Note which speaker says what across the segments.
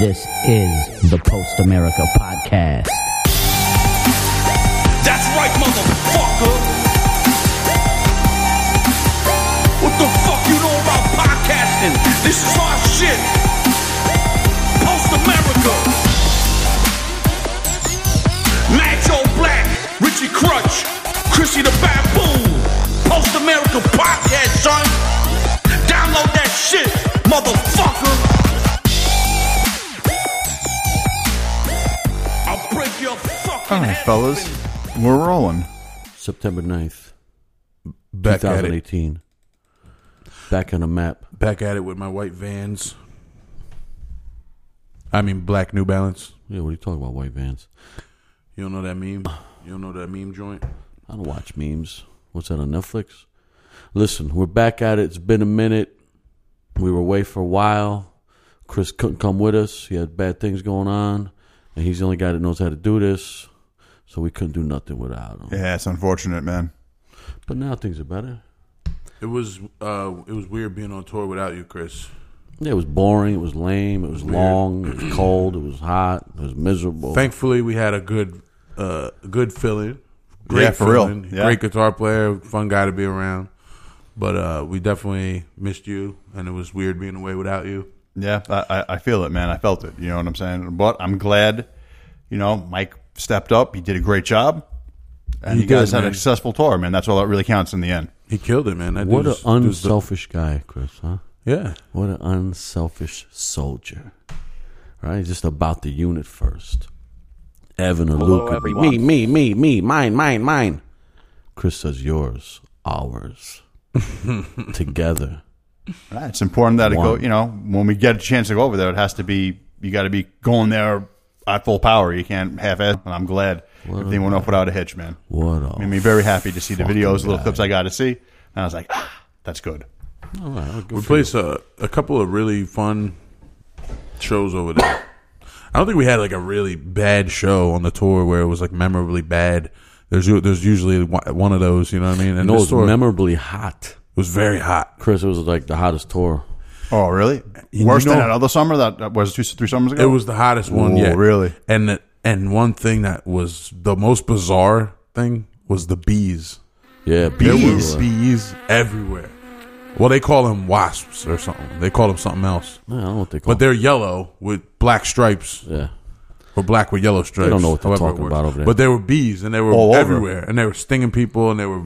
Speaker 1: This is the Post America Podcast.
Speaker 2: That's right, motherfucker. What the fuck you know about podcasting? This is our shit. Post America. Macho Black, Richie Crutch, Chrissy the Baboon. Post America Podcast, son. Download that shit, motherfucker. I'll break your fucking
Speaker 3: All right,
Speaker 2: head
Speaker 3: fellas,
Speaker 2: open.
Speaker 3: we're rolling.
Speaker 4: September 9th,
Speaker 5: Back at it.
Speaker 4: 2018. Back on the map.
Speaker 5: Back at it with my white vans. I mean, black New Balance.
Speaker 4: Yeah, what are you talking about, white vans?
Speaker 5: You don't know that meme? You don't know that meme joint?
Speaker 4: I don't watch memes. What's that on Netflix? Listen, we're back at it. It's been a minute. We were away for a while. Chris couldn't come with us. He had bad things going on, and he's the only guy that knows how to do this. So we couldn't do nothing without him.
Speaker 3: Yeah, it's unfortunate, man.
Speaker 4: But now things are better.
Speaker 5: It was uh, it was weird being on tour without you, Chris.
Speaker 4: Yeah, it was boring. It was lame. It was long. It was cold. It was hot. It was miserable.
Speaker 5: Thankfully, we had a good uh, good feeling. Great
Speaker 3: Yeah, for real.
Speaker 5: fill-in.
Speaker 3: Yeah.
Speaker 5: Great guitar player. Fun guy to be around. But uh, we definitely missed you, and it was weird being away without you.
Speaker 3: Yeah, I, I- I feel it, man. I felt it. You know what I'm saying? But I'm glad, you know, Mike stepped up. He did a great job. And
Speaker 5: He
Speaker 3: you guys
Speaker 5: did,
Speaker 3: had a
Speaker 5: man.
Speaker 3: successful tour, man. That's all that really counts in the end.
Speaker 5: He killed it, man. That
Speaker 4: what an
Speaker 5: dude's- dude's the-
Speaker 4: unselfish guy, Chris, huh?
Speaker 5: yeah.
Speaker 4: What an unselfish soldier. Right? He's Just about the unit first. Evan or Luke would be me, me, me, me, mine, mine, mine. Chris says yours, ours. Together.
Speaker 3: And It's important that it go,
Speaker 4: One.
Speaker 3: you know, when we get a chance to go over there, it has to be, you got to be going there at full power. You can't half ass. And I'm glad everything went off without a hitch, man.
Speaker 4: What a
Speaker 3: Made me very happy to see the
Speaker 4: fucking
Speaker 3: videos, little
Speaker 4: guy.
Speaker 3: clips I got to see. And I was like, ah, that's good.
Speaker 5: We placed a, a couple of really fun shows over there. I don't think we had like a really bad show on the tour where it was like memorably bad. There's u- there's usually one one of those, you know what I mean? And
Speaker 4: No, it
Speaker 5: this
Speaker 4: was
Speaker 5: tour
Speaker 4: memorably hot.
Speaker 5: was very hot.
Speaker 4: Chris, it was like the hottest tour.
Speaker 3: Oh, really? Worse than
Speaker 5: know-
Speaker 3: that other summer that, that was two, three summers ago.
Speaker 5: It was the hottest one
Speaker 3: Ooh,
Speaker 5: yet.
Speaker 3: really?
Speaker 5: And the, and one thing that was the most bizarre thing was the bees.
Speaker 4: Yeah,
Speaker 5: There
Speaker 4: people
Speaker 5: were bees everywhere. Well, they call them wasps or something. They call them something else.
Speaker 4: were- I don't know what they call
Speaker 5: But they're yellow with black stripes
Speaker 4: it. Yeah.
Speaker 5: or black with yellow stripes.
Speaker 4: don't know what they're
Speaker 5: however it
Speaker 4: talking
Speaker 5: works.
Speaker 4: about over there.
Speaker 5: But there were bees, and they were
Speaker 3: All over.
Speaker 5: everywhere, and they were stinging people, and they were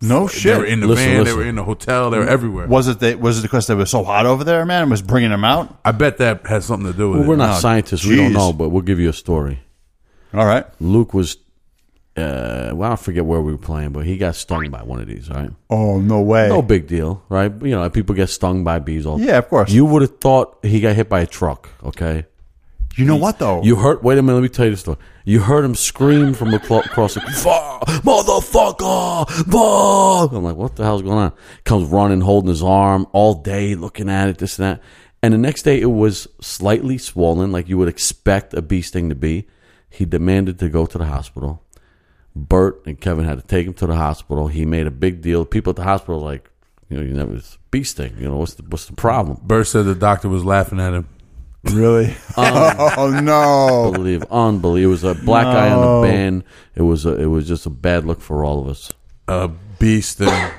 Speaker 3: no
Speaker 5: they were
Speaker 3: shit. Mm-hmm.
Speaker 5: in the
Speaker 4: Listen,
Speaker 5: van,
Speaker 4: listen.
Speaker 5: they were in the hotel, they were everywhere.
Speaker 3: was it that? Was it because they were so hot over there, man? It was bringing them out.
Speaker 5: I bet that has something to do with
Speaker 4: Well,
Speaker 5: it.
Speaker 4: we're not
Speaker 3: No,
Speaker 4: scientists. We don't
Speaker 3: jeez.
Speaker 4: know, but we'll give you a story.
Speaker 3: All right.
Speaker 4: Luke was, uh, well, I forget where we were playing, but he got stung by one of these, right?
Speaker 3: Oh no way.
Speaker 4: No big deal, right? You know, people get stung by bees all
Speaker 3: Yeah, of course.
Speaker 4: You would have thought he got hit by a truck, okay?
Speaker 3: you know what though?
Speaker 4: You heard, wait a minute, let me tell you the story. You heard him scream from aclo- across the, "Fuck, motherfucker, fuck. I'm like, what the hell's going on? Comes running, holding his arm all day, looking at it, this and that. And the next day it was slightly swollen, like you would expect a bee sting to be. He demanded to go to the hospital. Bert and Kevin had to take him to the hospital. He made a big deal. People at the hospital were like, you know, you never it's bee sting. You know, what's the what's the problem?
Speaker 5: Burr said the doctor was laughing at him.
Speaker 3: really? oh no.
Speaker 4: Unbelievable, unbelievable. It was a black guy on the band. It was a, it was just a bad look for all of us.
Speaker 5: A bee sting.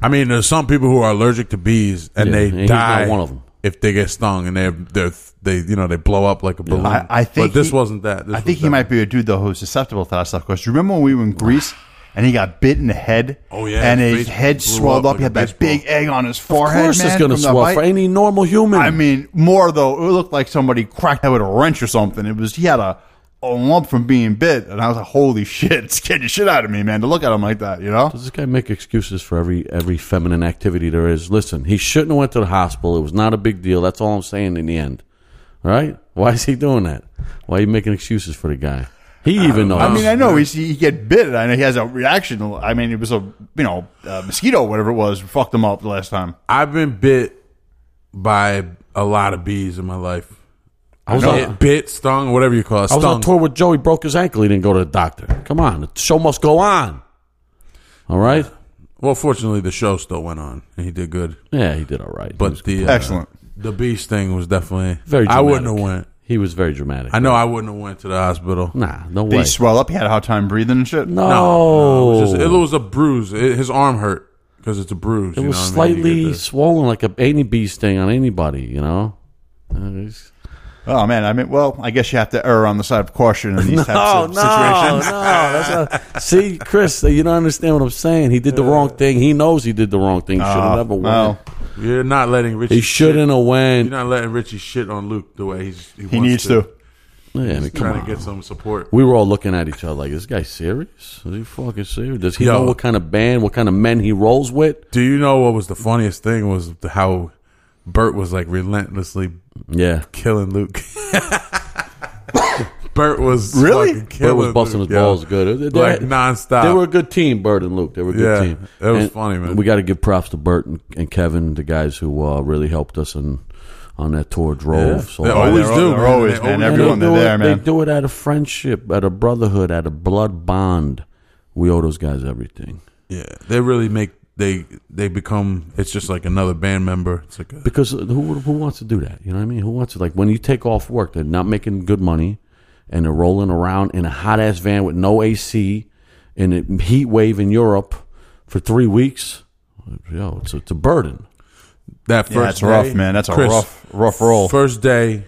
Speaker 5: I mean, there's some people who are allergic to bees, and
Speaker 4: Yeah,
Speaker 5: they
Speaker 4: and he's not
Speaker 5: die.
Speaker 4: one of 'em.
Speaker 5: If they get stung and they're they're they you know they blow up like a balloon.
Speaker 3: I- I think
Speaker 5: but this
Speaker 3: he-
Speaker 5: wasn't that. This
Speaker 3: I
Speaker 5: was
Speaker 3: think he
Speaker 5: that.
Speaker 3: might be a dude though who's susceptible to that stuff. Because you remember when we were in Greece and he got bit in the head?
Speaker 5: Oh, yeah,
Speaker 3: And
Speaker 5: his
Speaker 3: his
Speaker 5: face
Speaker 3: head
Speaker 5: blew
Speaker 3: swelled
Speaker 5: up
Speaker 3: up. He had
Speaker 5: like a
Speaker 3: that
Speaker 5: baseball.
Speaker 3: big egg on his
Speaker 4: Of
Speaker 3: forehead.
Speaker 4: course, it's
Speaker 3: man,
Speaker 4: going to
Speaker 3: from that
Speaker 4: swell
Speaker 3: bite.
Speaker 4: for any normal human.
Speaker 3: I mean, more though, it looked like somebody cracked that with a wrench or something. It was he had a, a lump from being bit, and I was like, "Holy shit, scared the shit out of me, man!" To look at him like that, you know?
Speaker 4: Does this guy make excuses for every every feminine activity there is? Listen, he shouldn't have went to the hospital. It was not a big deal. That's all I'm saying. In the end, all right? Why is he doing that? Why are you making excuses for the guy? He even knows.
Speaker 3: I mean, I know he's, he get bit. I know he has a reaction. I mean, it was a you know uh mosquito, whatever it was, fucked him up the last time.
Speaker 5: I've been bit by a lot of bees in my life. I
Speaker 4: was
Speaker 5: was
Speaker 4: on-
Speaker 5: bit, stung, whatever you call it.
Speaker 4: I was on
Speaker 5: Stung.
Speaker 4: tour with Joey, broke his ankle. He didn't go to the doctor. Come on, the show must go on. All right?
Speaker 5: Well, fortunately, the show still went on, and he did good.
Speaker 4: Yeah, he did all right. He was-
Speaker 5: But the uh,
Speaker 3: Excellent.
Speaker 5: The beast thing was definitely.
Speaker 4: Very. Dramatic.
Speaker 5: I wouldn't have went.
Speaker 4: He was very dramatic.
Speaker 5: I know I wouldn't have went to the hospital.
Speaker 4: Nah, no
Speaker 3: Did
Speaker 4: way.
Speaker 3: he swell up? He had a hard time breathing and shit.
Speaker 4: no,
Speaker 5: It was, just, it was a bruise. It, his arm hurt because it's a bruise.
Speaker 4: It
Speaker 5: you
Speaker 4: was
Speaker 5: know what I mean? You get
Speaker 4: slightly
Speaker 5: the-
Speaker 4: swollen, like a any bee sting on anybody. You know. Uh, he's-
Speaker 3: Oh man, I mean, well, I guess you have to err on the side of caution in these types
Speaker 4: Oh
Speaker 3: of
Speaker 4: no, no,
Speaker 3: situations.
Speaker 4: that's not, see, Chris, you don't understand what I'm saying. He did the wrong thing. He knows he did the wrong thing. Should have never went.
Speaker 3: Well,
Speaker 5: You're not letting Richie.
Speaker 4: he shouldn't have
Speaker 5: Oh, Shit,
Speaker 4: went.
Speaker 5: you're not letting Richie shit on Luke the way he's. He,
Speaker 3: he
Speaker 5: wants
Speaker 3: needs to.
Speaker 4: Yeah, I mean, come
Speaker 5: Trying
Speaker 4: on.
Speaker 5: to get some support.
Speaker 4: We were all looking at each other like, "Is this guy serious? Is he fucking serious? Does he
Speaker 5: Yo.
Speaker 4: know what kind of band, what kind of men he rolls with?"
Speaker 5: Do you know what was the funniest thing was the- how Bert was like relentlessly
Speaker 4: Yeah,
Speaker 5: killing Luke. Bert was
Speaker 3: Really?
Speaker 5: fucking killing
Speaker 4: Bird was busting
Speaker 5: Luke,
Speaker 4: his
Speaker 5: yo.
Speaker 4: balls good. They- they-
Speaker 5: like nonstop.
Speaker 4: They were a good team, Bert and Luke. They were a good
Speaker 5: Yeah,
Speaker 4: team.
Speaker 5: that was
Speaker 4: And
Speaker 5: funny, man.
Speaker 4: We got to give props to Bert and, and Kevin, the guys who uh, really helped us and on that tour drove. So
Speaker 5: They
Speaker 4: hard.
Speaker 5: always
Speaker 3: Oh, they're-
Speaker 5: do.
Speaker 3: they're
Speaker 5: man.
Speaker 3: always,
Speaker 5: They
Speaker 3: man.
Speaker 4: And
Speaker 3: Everyone,
Speaker 4: they
Speaker 3: they're
Speaker 4: do
Speaker 3: there,
Speaker 4: it,
Speaker 3: man.
Speaker 4: They do it out of friendship, out of brotherhood, out of blood bond. We owe those guys everything
Speaker 5: Yeah, they really make they they become. It's just like another band member. It's like a,
Speaker 4: because who would- who wants to do that? You know what I mean? Who wants to like when you take off work, they're not making good money, and they're rolling around in a hot ass van with no AC in a heat wave in Europe for three weeks. Yo, it's a, it's a burden.
Speaker 5: that first.
Speaker 3: Yeah, that's
Speaker 5: day,
Speaker 3: rough, man. That's a
Speaker 5: Chris,
Speaker 3: rough, rough roll.
Speaker 5: First day,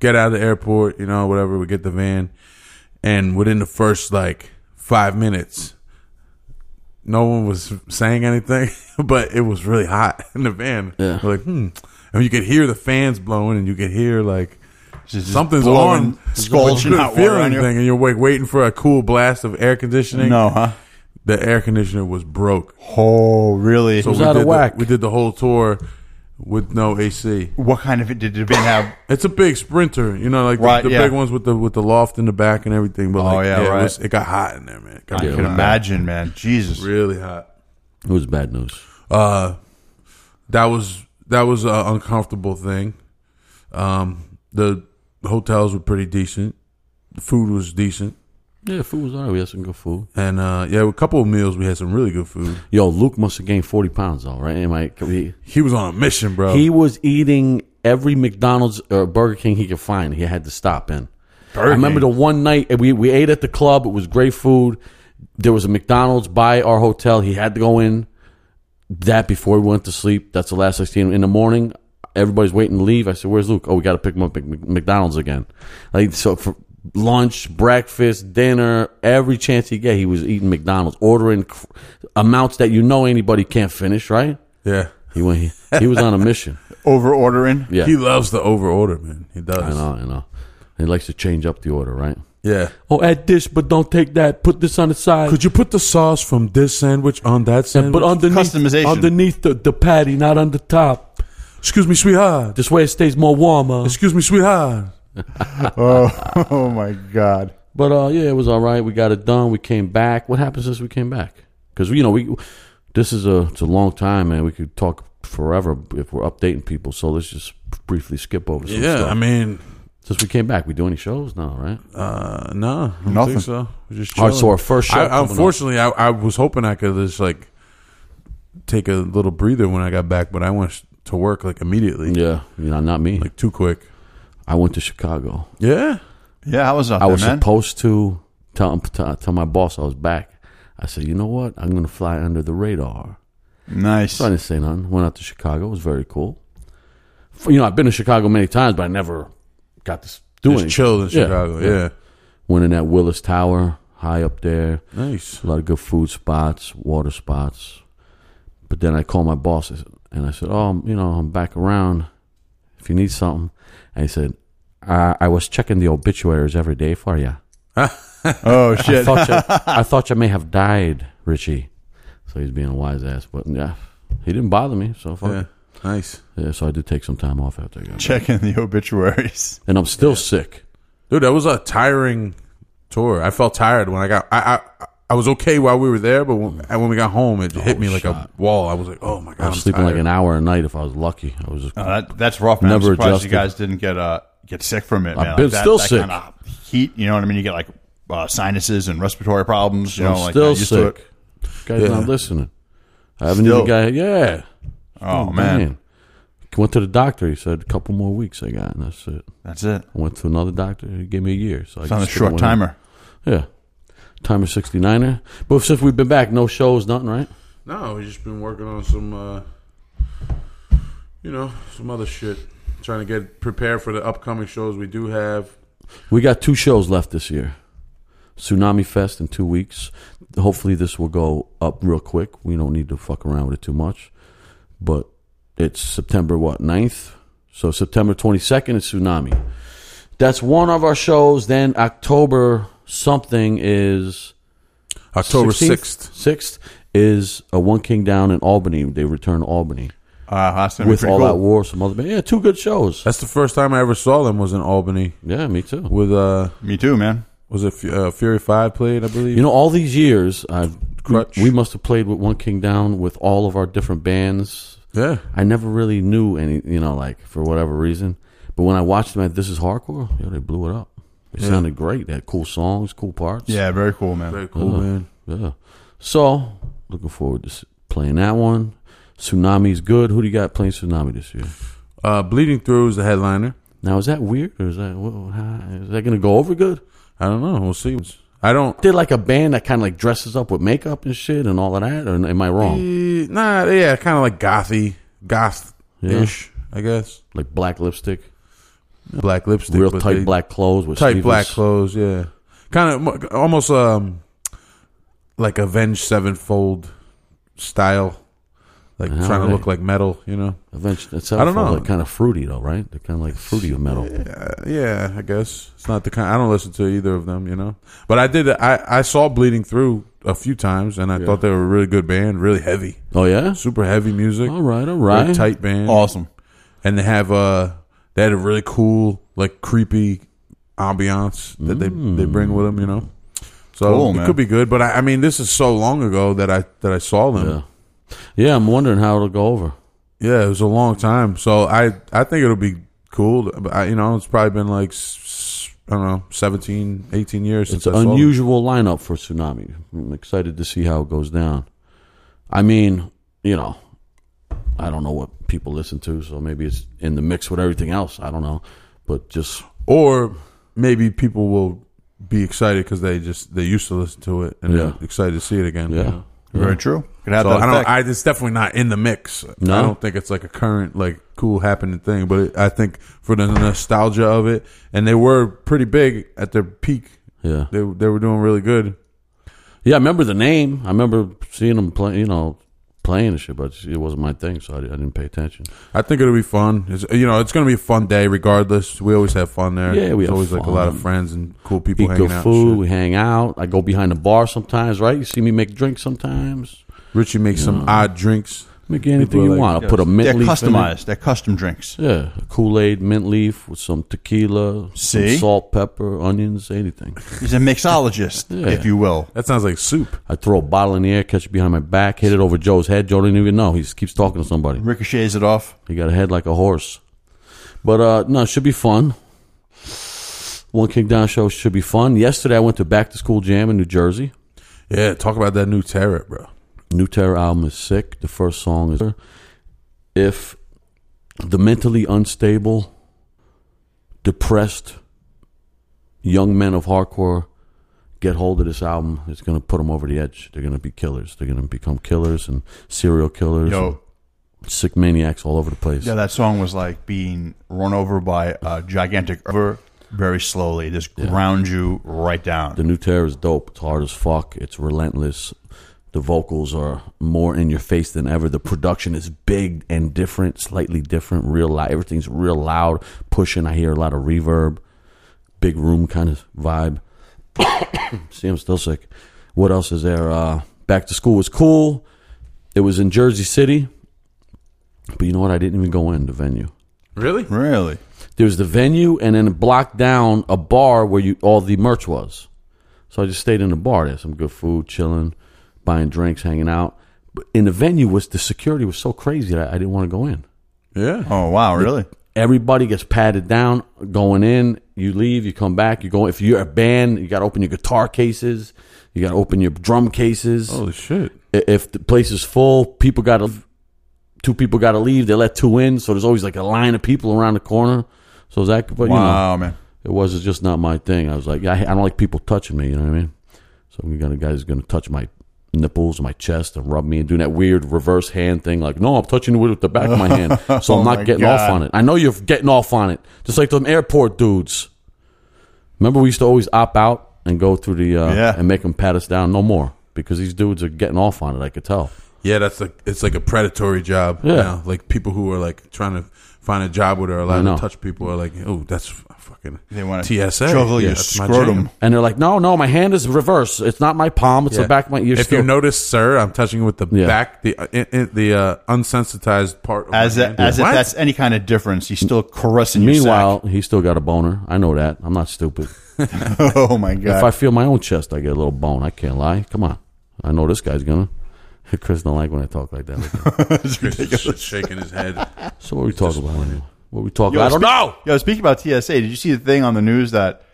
Speaker 5: get out of the airport, you know, whatever, we get the van. And within the first like five minutes, no one was saying anything, but it was really hot in the van.
Speaker 4: Yeah.
Speaker 5: We're like, hmm. And you could hear the fans blowing and you could hear like
Speaker 3: Just
Speaker 5: something's
Speaker 3: blowing,
Speaker 5: on.
Speaker 3: scalding
Speaker 5: Couldn't
Speaker 3: hot
Speaker 5: feel
Speaker 3: water on you.
Speaker 5: anything, and you're wait, waiting for a cool blast of air conditioning.
Speaker 3: No, huh?
Speaker 5: The air conditioner was broke.
Speaker 3: Oh, really?
Speaker 5: So
Speaker 4: was
Speaker 5: we
Speaker 4: out of
Speaker 5: did the-
Speaker 4: whack.
Speaker 5: we did the whole tour with no AC.
Speaker 3: what kind of it did the van have?
Speaker 5: It's a big sprinter, you know, like the-
Speaker 3: Right,
Speaker 5: the,
Speaker 3: yeah.
Speaker 5: big ones with the with the loft in the back and everything. But
Speaker 3: Oh,
Speaker 5: like,
Speaker 3: yeah,
Speaker 5: yeah,
Speaker 3: right.
Speaker 5: it, was, it got hot in there, man. It got
Speaker 3: I can imagine, man. Jesus.
Speaker 5: really hot.
Speaker 4: It was bad news.
Speaker 5: Uh, that was that was an uncomfortable thing. Um, the hotels were pretty decent. The food was decent,
Speaker 4: Yeah, food was alright. We had some good food.
Speaker 5: and uh, yeah, a couple of meals we had some really good food.
Speaker 4: Yo, Luke must have gained forty pounds though, right? Am I? Can we,
Speaker 5: He was on a mission, bro.
Speaker 4: He was eating every McDonald's or Burger King he could find. He had to stop in. I remember the one night uh, we, we ate at the club. It was great food. There was a McDonald's by our hotel. He had to go in that before we went to sleep. That's the last I seen him. In the morning, everybody's waiting to leave. I said, Where's Luke? Oh, we got to pick him up at Mc- McDonald's again. Like, so for lunch, breakfast, dinner, every chance he get, he was eating McDonald's, ordering cr- amounts that you know anybody can't finish, right?
Speaker 5: yeah,
Speaker 4: He went. He, he was on a mission.
Speaker 3: Over ordering.
Speaker 4: Yeah.
Speaker 5: he loves the overorder, man. He does.
Speaker 4: I know. I know. He likes to change up the order, right?
Speaker 5: Yeah.
Speaker 4: Oh, add this, but don't take that. Put this on the side.
Speaker 5: Could you put the sauce from this sandwich on that sandwich?
Speaker 4: but underneath,
Speaker 3: Customization.
Speaker 4: underneath the, the patty, not on the top.
Speaker 5: excuse me, sweetheart.
Speaker 4: This way it stays more warmer.
Speaker 5: Excuse me, sweetheart.
Speaker 3: Oh, oh my God.
Speaker 4: But uh, yeah, it was all right. We got it done. We came back. What happened since we came back? Because you know we this is a it's a long time, man. We could talk forever if we're updating people. So let's just briefly skip over. Some
Speaker 5: Yeah,
Speaker 4: stuff.
Speaker 5: I mean,
Speaker 4: since we came back, we do any shows now, right?
Speaker 5: Uh, no, I don't
Speaker 3: Nothing.
Speaker 5: Think so We're just
Speaker 4: All right, so
Speaker 5: chilling.
Speaker 4: our first show
Speaker 5: I-
Speaker 4: coming up.
Speaker 5: unfortunately, I, I was hoping I could just like take a little breather when I got back, but I went to work like immediately,
Speaker 4: yeah, you know, not me.
Speaker 5: like too quick.
Speaker 4: I went to Chicago.
Speaker 5: Yeah,
Speaker 3: Yeah, I was up
Speaker 4: I
Speaker 3: there,
Speaker 4: was
Speaker 3: man.
Speaker 4: supposed to tell, him- tell tell my boss I was back. I said, you know what? I'm going to fly under the radar.
Speaker 3: nice.
Speaker 4: So I didn't say nothing. Went out to Chicago. It was very cool. F- You know, I've been to Chicago many times, but I never got to s- do
Speaker 5: just
Speaker 4: anything.
Speaker 5: chilled in
Speaker 4: Yeah,
Speaker 5: Chicago. Yeah,
Speaker 4: Went in that Willis Tower, high up there.
Speaker 5: nice.
Speaker 4: A lot of good food spots, water spots. But then I called my boss I said- and I said, "Oh, I'm- you know, I'm back around. If you need something," and he said, "I, I was checking the obituaries every day for you."
Speaker 3: Oh,
Speaker 4: I
Speaker 3: shit.
Speaker 4: thought you, I thought you may have died, Richie. So he's being a wise ass, but yeah, he didn't bother me. So fuck.
Speaker 5: Yeah,
Speaker 4: Yeah.
Speaker 5: nice,
Speaker 4: so I did take some time off after I got back.
Speaker 3: Checking the obituaries.
Speaker 4: and I'm still sick.
Speaker 5: dude. That was a tiring tour. I felt tired when I got. I I, I was okay while we were there, but when, and when we got home, it hit me like a wall. I was like, oh my god,
Speaker 4: Oh, I
Speaker 5: I'm
Speaker 4: was sleeping like
Speaker 5: tired.
Speaker 4: an hour a night if I was lucky. I was. Just,
Speaker 3: Oh, that, that's rough, man.
Speaker 4: Never
Speaker 3: I'm surprised you
Speaker 4: adjusted.
Speaker 3: guys didn't get uh get sick from it, man.
Speaker 4: been
Speaker 3: like that,
Speaker 4: still
Speaker 3: that
Speaker 4: sick.
Speaker 3: Kind of heat, you know what I mean? You get like uh, sinuses and respiratory problems. You know,
Speaker 4: I'm
Speaker 3: like
Speaker 4: still
Speaker 3: not used to it.
Speaker 4: sick. Guys,
Speaker 5: Yeah.
Speaker 4: not listening. I haven't
Speaker 3: Still.
Speaker 4: even got. Yeah.
Speaker 3: Oh man,
Speaker 4: Damn. went to the doctor. He said a couple more weeks I got, and that's it.
Speaker 3: That's it.
Speaker 4: I went to another doctor. He gave me a year. So
Speaker 3: It's
Speaker 4: I
Speaker 3: on a
Speaker 4: just took
Speaker 3: short
Speaker 4: one.
Speaker 3: timer.
Speaker 4: Yeah, timer sixty niner. But since we've been back, no shows, nothing, right?
Speaker 5: No, we've just been working on some, uh, you know, some other shit. Trying to get prepared for the upcoming shows we do have.
Speaker 4: We got two shows left this year. Tsunami Fest in two weeks. Hopefully, this will go up real quick. We don't need to fuck around with it too much. But it's September what 9th? So September twenty second is Tsunami. That's one of our shows. Then October something is
Speaker 5: October
Speaker 4: 16th?
Speaker 5: 6th.
Speaker 4: Sixth is a One King Down in Albany. They return to Albany
Speaker 3: Uh, that's gonna be
Speaker 4: with
Speaker 3: pretty
Speaker 4: All Out
Speaker 3: cool.
Speaker 4: War. Some other yeah, two good shows.
Speaker 5: That's the first time I ever saw them was in Albany
Speaker 4: Yeah, me too.
Speaker 5: with, uh,
Speaker 3: Me too, man.
Speaker 5: was it Fu- uh, Fury 5 played, I believe?
Speaker 4: You know, all these years, I've
Speaker 5: Crutch.
Speaker 4: we, we must have played with One King Down with all of our different bands.
Speaker 5: yeah.
Speaker 4: I never really knew any, you know, like for whatever reason. But when I watched them at This Is Hardcore, yo, they blew it up. It sounded great. They had cool songs, cool parts.
Speaker 3: Yeah, very cool, man.
Speaker 5: Very cool,
Speaker 4: Yeah.
Speaker 5: man.
Speaker 4: yeah. So looking forward to s- playing that one. Tsunami's good. Who do you got playing Tsunami this year?
Speaker 5: Uh, Bleeding Through is the headliner.
Speaker 4: Now is that weird or is that wha- how- is that going to go over good?
Speaker 5: I don't know. We'll see. I don't.
Speaker 4: They're like a band that kind of like dresses up with makeup and shit and all of that. Or am I
Speaker 5: Eh,
Speaker 4: wrong?
Speaker 5: Nah, yeah, kind of like gothy, goth ish, I guess.
Speaker 4: Like black lipstick.
Speaker 5: Black lipstick,
Speaker 4: real
Speaker 5: but
Speaker 4: tight
Speaker 5: they-
Speaker 4: black clothes with
Speaker 5: tight
Speaker 4: sleeves.
Speaker 5: black clothes. Yeah, kind of almost um like Avenged Sevenfold style, like
Speaker 4: Ah,
Speaker 5: trying to
Speaker 4: right.
Speaker 5: look like metal. You know?
Speaker 4: Eventually,
Speaker 5: I don't know.
Speaker 4: Like kind of fruity though, right? They're kind of like fruity with metal.
Speaker 5: Uh, yeah, I guess it's not the kind. I don't listen to either of them. You know, but I did. I I saw Bleeding Through a few times, and I thought they were a really good band. Really heavy,
Speaker 4: Oh yeah.
Speaker 5: super heavy music.
Speaker 4: All right, all
Speaker 5: Really
Speaker 4: right.
Speaker 5: tight band.
Speaker 3: Awesome.
Speaker 5: and they have uh they had a really cool like creepy ambiance that they they bring with them you know so
Speaker 3: Cool,
Speaker 5: it
Speaker 3: man.
Speaker 5: could be good but I, I mean this is so long ago that i that i saw
Speaker 4: Yeah.
Speaker 5: them
Speaker 4: Yeah, I'm wondering how it'll go over.
Speaker 5: yeah, it was a long time so i i think it'll be cool but I, you know it's probably been like s- i don't know 17 18 years
Speaker 4: It's
Speaker 5: since I
Speaker 4: an
Speaker 5: saw them.
Speaker 4: unusual lineup for Tsunami. I'm excited to see how it goes down. I mean, you know, I don't know what people listen to, so maybe it's in the mix with everything else. I don't know, but just
Speaker 5: or maybe people will be excited because they just they used to listen to it and
Speaker 4: Yeah.
Speaker 5: they're excited to see it again you
Speaker 4: yeah.
Speaker 5: know?
Speaker 3: Very true. Could have
Speaker 5: So
Speaker 3: that
Speaker 5: I don't.
Speaker 3: effect.
Speaker 5: I, it's definitely not in the mix.
Speaker 4: No?
Speaker 5: I don't think it's like a current like cool happening thing. But it, I think for the nostalgia of it, and they were pretty big at their peak.
Speaker 4: yeah.
Speaker 5: They they were doing really good.
Speaker 4: Yeah, I remember the name. I remember seeing them play, you know, playing and shit, but it wasn't my thing, so I, di- I didn't pay attention.
Speaker 5: I think it'll be fun. It's, you know, it's going to be a fun day regardless. We always have fun there.
Speaker 4: Yeah, we
Speaker 5: It's
Speaker 4: have
Speaker 5: always like a lot of
Speaker 4: fun.
Speaker 5: friends and cool people
Speaker 4: Eat
Speaker 5: hanging
Speaker 4: good
Speaker 5: out.
Speaker 4: food.
Speaker 5: and
Speaker 4: We hang out. I go behind the bar sometimes, right? You see me make drinks sometimes.
Speaker 5: shit. Richie makes some odd drinks.
Speaker 4: Make anything you
Speaker 5: like,
Speaker 4: want. I'll put a mint
Speaker 3: They're
Speaker 4: leaf.
Speaker 3: customized. They're custom drinks.
Speaker 4: In it. Yeah, Kool Aid, mint leaf with some tequila,
Speaker 3: See?
Speaker 4: some salt, pepper, onions, anything.
Speaker 3: He's a mixologist, if you will.
Speaker 5: That sounds like soup.
Speaker 4: I throw a bottle in the air, catch it behind my back, hit it over Joe's head. Joe didn't even know. He just keeps talking to somebody.
Speaker 3: Ricochets it off.
Speaker 4: He got a head like a horse. But uh no, it should be fun. One King Down show should be fun. Yesterday I went to Back to School Jam in New Jersey.
Speaker 5: Yeah, talk about that new terror, bro.
Speaker 4: New Terror album is sick. The first song is If the mentally unstable, depressed young men of hardcore get hold of this album, it's going to put them over the edge. They're going to be killers. They're going to become killers and serial killers,
Speaker 3: Yo,
Speaker 4: and sick maniacs all over the place.
Speaker 3: yeah, that song was like being run over by a gigantic river very slowly. Just ground you right
Speaker 4: The
Speaker 3: down.
Speaker 4: new terror is dope. It's hard as fuck. It's relentless. The vocals are more in your face than ever. The production is big and different, slightly different, real loud. Everything's real loud, pushing. I hear a lot of reverb, big room kind of vibe. See, I'm still sick. What else is there? Uh, back to school was cool. It was in Jersey City, but you know what? I didn't even go in the venue.
Speaker 5: Really?
Speaker 3: Really?
Speaker 4: There's the venue, and then a block down, a bar where you all the merch was. So I just stayed in the bar. There, some good food, chilling, buying drinks, hanging out. But in the venue was the security was so crazy that I didn't want to go in.
Speaker 5: Yeah.
Speaker 3: Oh, wow, really?
Speaker 4: Everybody gets patted down going in. You leave, you come back, you go. If you're a band, you got to open your guitar cases. You
Speaker 5: Oh.
Speaker 4: got to open your drum cases.
Speaker 5: Holy shit.
Speaker 4: I- If the place is full, people got to two people got to leave. They let two in, so there's always like a line of people around the corner. So Zach, but you know,
Speaker 3: Wow, man.
Speaker 4: it was it's just not my thing. I was like, I, I don't like people touching me. You know what I mean? So we got a guy who's going to touch my nipples, my chest, and rub me, and doing that weird reverse hand thing. Like, no, I'm touching you with the back of my hand, so
Speaker 3: Oh
Speaker 4: I'm
Speaker 3: my
Speaker 4: not getting
Speaker 3: God.
Speaker 4: off on it. I know you're getting off on it, just like them airport dudes. Remember, we used to always opt out and go through the uh,
Speaker 3: Yeah.
Speaker 4: and make them pat us down. No more because these dudes are getting off on it. I could tell.
Speaker 5: Yeah, that's like it's like a predatory job.
Speaker 4: Yeah.
Speaker 5: now. like people who are like trying to find a job where they're allowed
Speaker 4: know.
Speaker 5: to touch people are like, oh, that's f- fucking
Speaker 3: They want to
Speaker 5: TSA.
Speaker 3: juggle
Speaker 5: Yeah,
Speaker 3: your
Speaker 5: that's my
Speaker 3: scrotum.
Speaker 5: jam.
Speaker 4: And they're like, no, no, my hand is reverse. It's not my palm. It's
Speaker 5: Yeah.
Speaker 4: the back of my. You're
Speaker 5: if
Speaker 4: still,
Speaker 5: you notice, sir, I'm touching with the
Speaker 4: Yeah.
Speaker 5: back, the uh, in, in, the uh, unsensitized part. Of
Speaker 3: As,
Speaker 5: my
Speaker 3: a,
Speaker 5: hand.
Speaker 3: as if
Speaker 5: What?
Speaker 3: that's any kind of difference. He's still caressing your
Speaker 4: Meanwhile, he still got a boner. I know that. I'm not stupid.
Speaker 3: sack. Oh, my God.
Speaker 4: If I feel my own chest, I get a little bone. I can't lie. Come on. I know this guy's gonna. Chris don't like when I talk like that.
Speaker 5: Chris is sh- shaking his head.
Speaker 4: So what are we talking about? anyway? What are we talking
Speaker 3: Yo,
Speaker 4: about? I don't
Speaker 3: speak-
Speaker 4: know.
Speaker 3: Yo, speaking about TSA, did you see the thing on the news that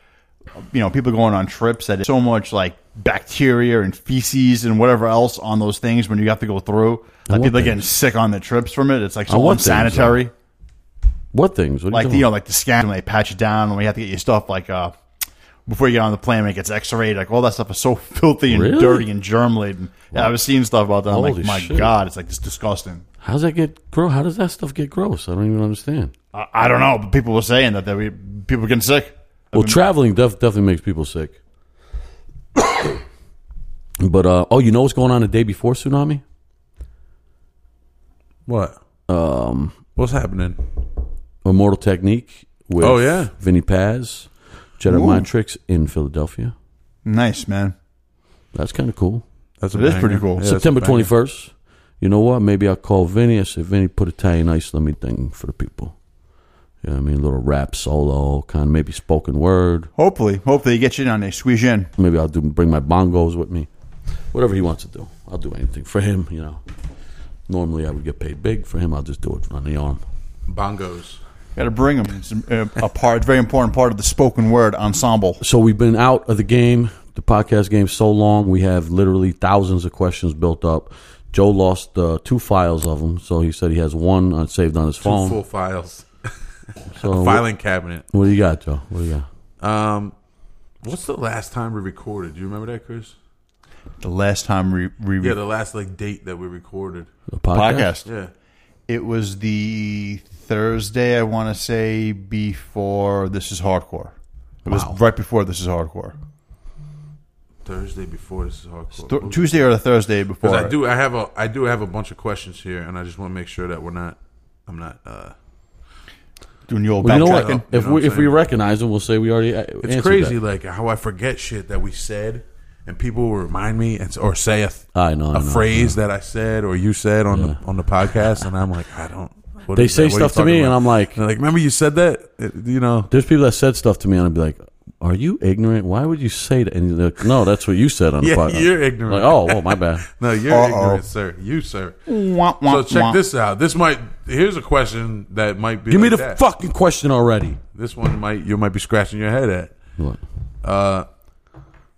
Speaker 3: you know people going on trips that so much like bacteria and feces and whatever else on those things when you have to go through that
Speaker 4: want
Speaker 3: people are
Speaker 4: things.
Speaker 3: getting sick on the trips from it. It's like
Speaker 4: I
Speaker 3: so
Speaker 4: want things,
Speaker 3: unsanitary.
Speaker 4: What things? What are
Speaker 3: like
Speaker 4: you
Speaker 3: you know,
Speaker 4: talking
Speaker 3: like the scan when they patch it down and we have to get your stuff like uh before you get on the plane when it gets X-rayed. Like all that stuff is so filthy and
Speaker 4: Really?
Speaker 3: dirty and germ laden. Yeah, I was seeing stuff about that. I'm
Speaker 4: Holy
Speaker 3: like, my
Speaker 4: shit.
Speaker 3: god, it's like this disgusting.
Speaker 4: about? How's that get gross? How does that stuff get gross? I don't even understand.
Speaker 3: um, I, I don't know, but people were saying that that we people were getting sick.
Speaker 4: Well, traveling def- definitely makes people sick. but uh, oh, you know what's going on the day before tsunami?
Speaker 5: What? Um, what's happening?
Speaker 4: Immortal Technique with
Speaker 5: Oh, yeah.
Speaker 4: Vinny Paz, Jedi Mind Tricks in Philadelphia.
Speaker 3: Nice man.
Speaker 4: That's kind of cool.
Speaker 5: That's a
Speaker 3: It is
Speaker 5: banger.
Speaker 3: pretty cool.
Speaker 5: that's a
Speaker 4: September
Speaker 5: banger.
Speaker 4: twenty first. You know what? Maybe I'll call Vinny. I say, Vinny, put Italian ice lemmy thing for the people. You know what I mean? little rap solo, kind of maybe spoken word.
Speaker 3: Hopefully, hopefully they get you down. They squeeze you in.
Speaker 4: Maybe I'll do bring my bongos with me. Whatever he wants to do. I'll do anything for him, you know. Normally I would get paid big. For him, I'll just do it on the arm.
Speaker 5: Bongos.
Speaker 3: Got to bring them. It's a, a part, it's a very important part of the spoken word ensemble.
Speaker 4: So we've been out of the game, the podcast game, so long. We have literally thousands of questions built up. Joe lost uh, two files of them, so he said he has one uh, saved on his phone. Uh,
Speaker 5: Full files.
Speaker 4: so what,
Speaker 5: Filing cabinet.
Speaker 4: what do you got, Joe? What do you got?
Speaker 5: Um, what's the last time we recorded? Do you remember that, Chris?
Speaker 3: The last time we, we
Speaker 5: Yeah, the last like date that we recorded.
Speaker 4: A podcast?
Speaker 3: podcast,
Speaker 5: Yeah.
Speaker 3: it was the Thursday. I want to say before this is hardcore. It was right before this is hardcore.
Speaker 5: Thursday before this is hardcore.
Speaker 3: Th- Tuesday or the Thursday before.
Speaker 5: Because I do, I have a, I do have a bunch of questions here, and I just want to make sure that we're not, I'm not. uh
Speaker 3: doing your old
Speaker 4: Well, you know
Speaker 3: backtracking.
Speaker 4: what?
Speaker 5: tracking. You
Speaker 4: If
Speaker 5: know what
Speaker 4: we
Speaker 5: I'm
Speaker 4: if we
Speaker 5: saying?
Speaker 4: recognize them, we'll say we already. uh,
Speaker 5: It's crazy, like how I forget shit that we said, and people will remind me and s- or say a, th-
Speaker 4: I know, I
Speaker 5: a
Speaker 4: know,
Speaker 5: phrase that I said or you said on the on the podcast, and I'm like, I don't. what
Speaker 4: They
Speaker 5: is
Speaker 4: say
Speaker 5: that? What are you
Speaker 4: stuff to me,
Speaker 5: talking
Speaker 4: and
Speaker 5: about?
Speaker 4: I'm like-
Speaker 5: they're like, remember you said that? It- you know,
Speaker 4: There's people that said stuff to me, and I'd be like, "Are you ignorant? Why would you say that?" And you're like, "No, that's what you said on
Speaker 5: Yeah,
Speaker 4: the podcast."
Speaker 5: you're ignorant.
Speaker 4: Like, oh, well, my bad.
Speaker 5: no, you're
Speaker 3: Uh-oh.
Speaker 5: ignorant, sir. You, sir.
Speaker 3: Wah, wah,
Speaker 5: So check
Speaker 3: wah.
Speaker 5: this out. This might. Here's a question that might be.
Speaker 4: Give me
Speaker 5: like
Speaker 4: the
Speaker 5: that.
Speaker 4: fucking question already.
Speaker 5: This one might you might be scratching your head at.
Speaker 4: What?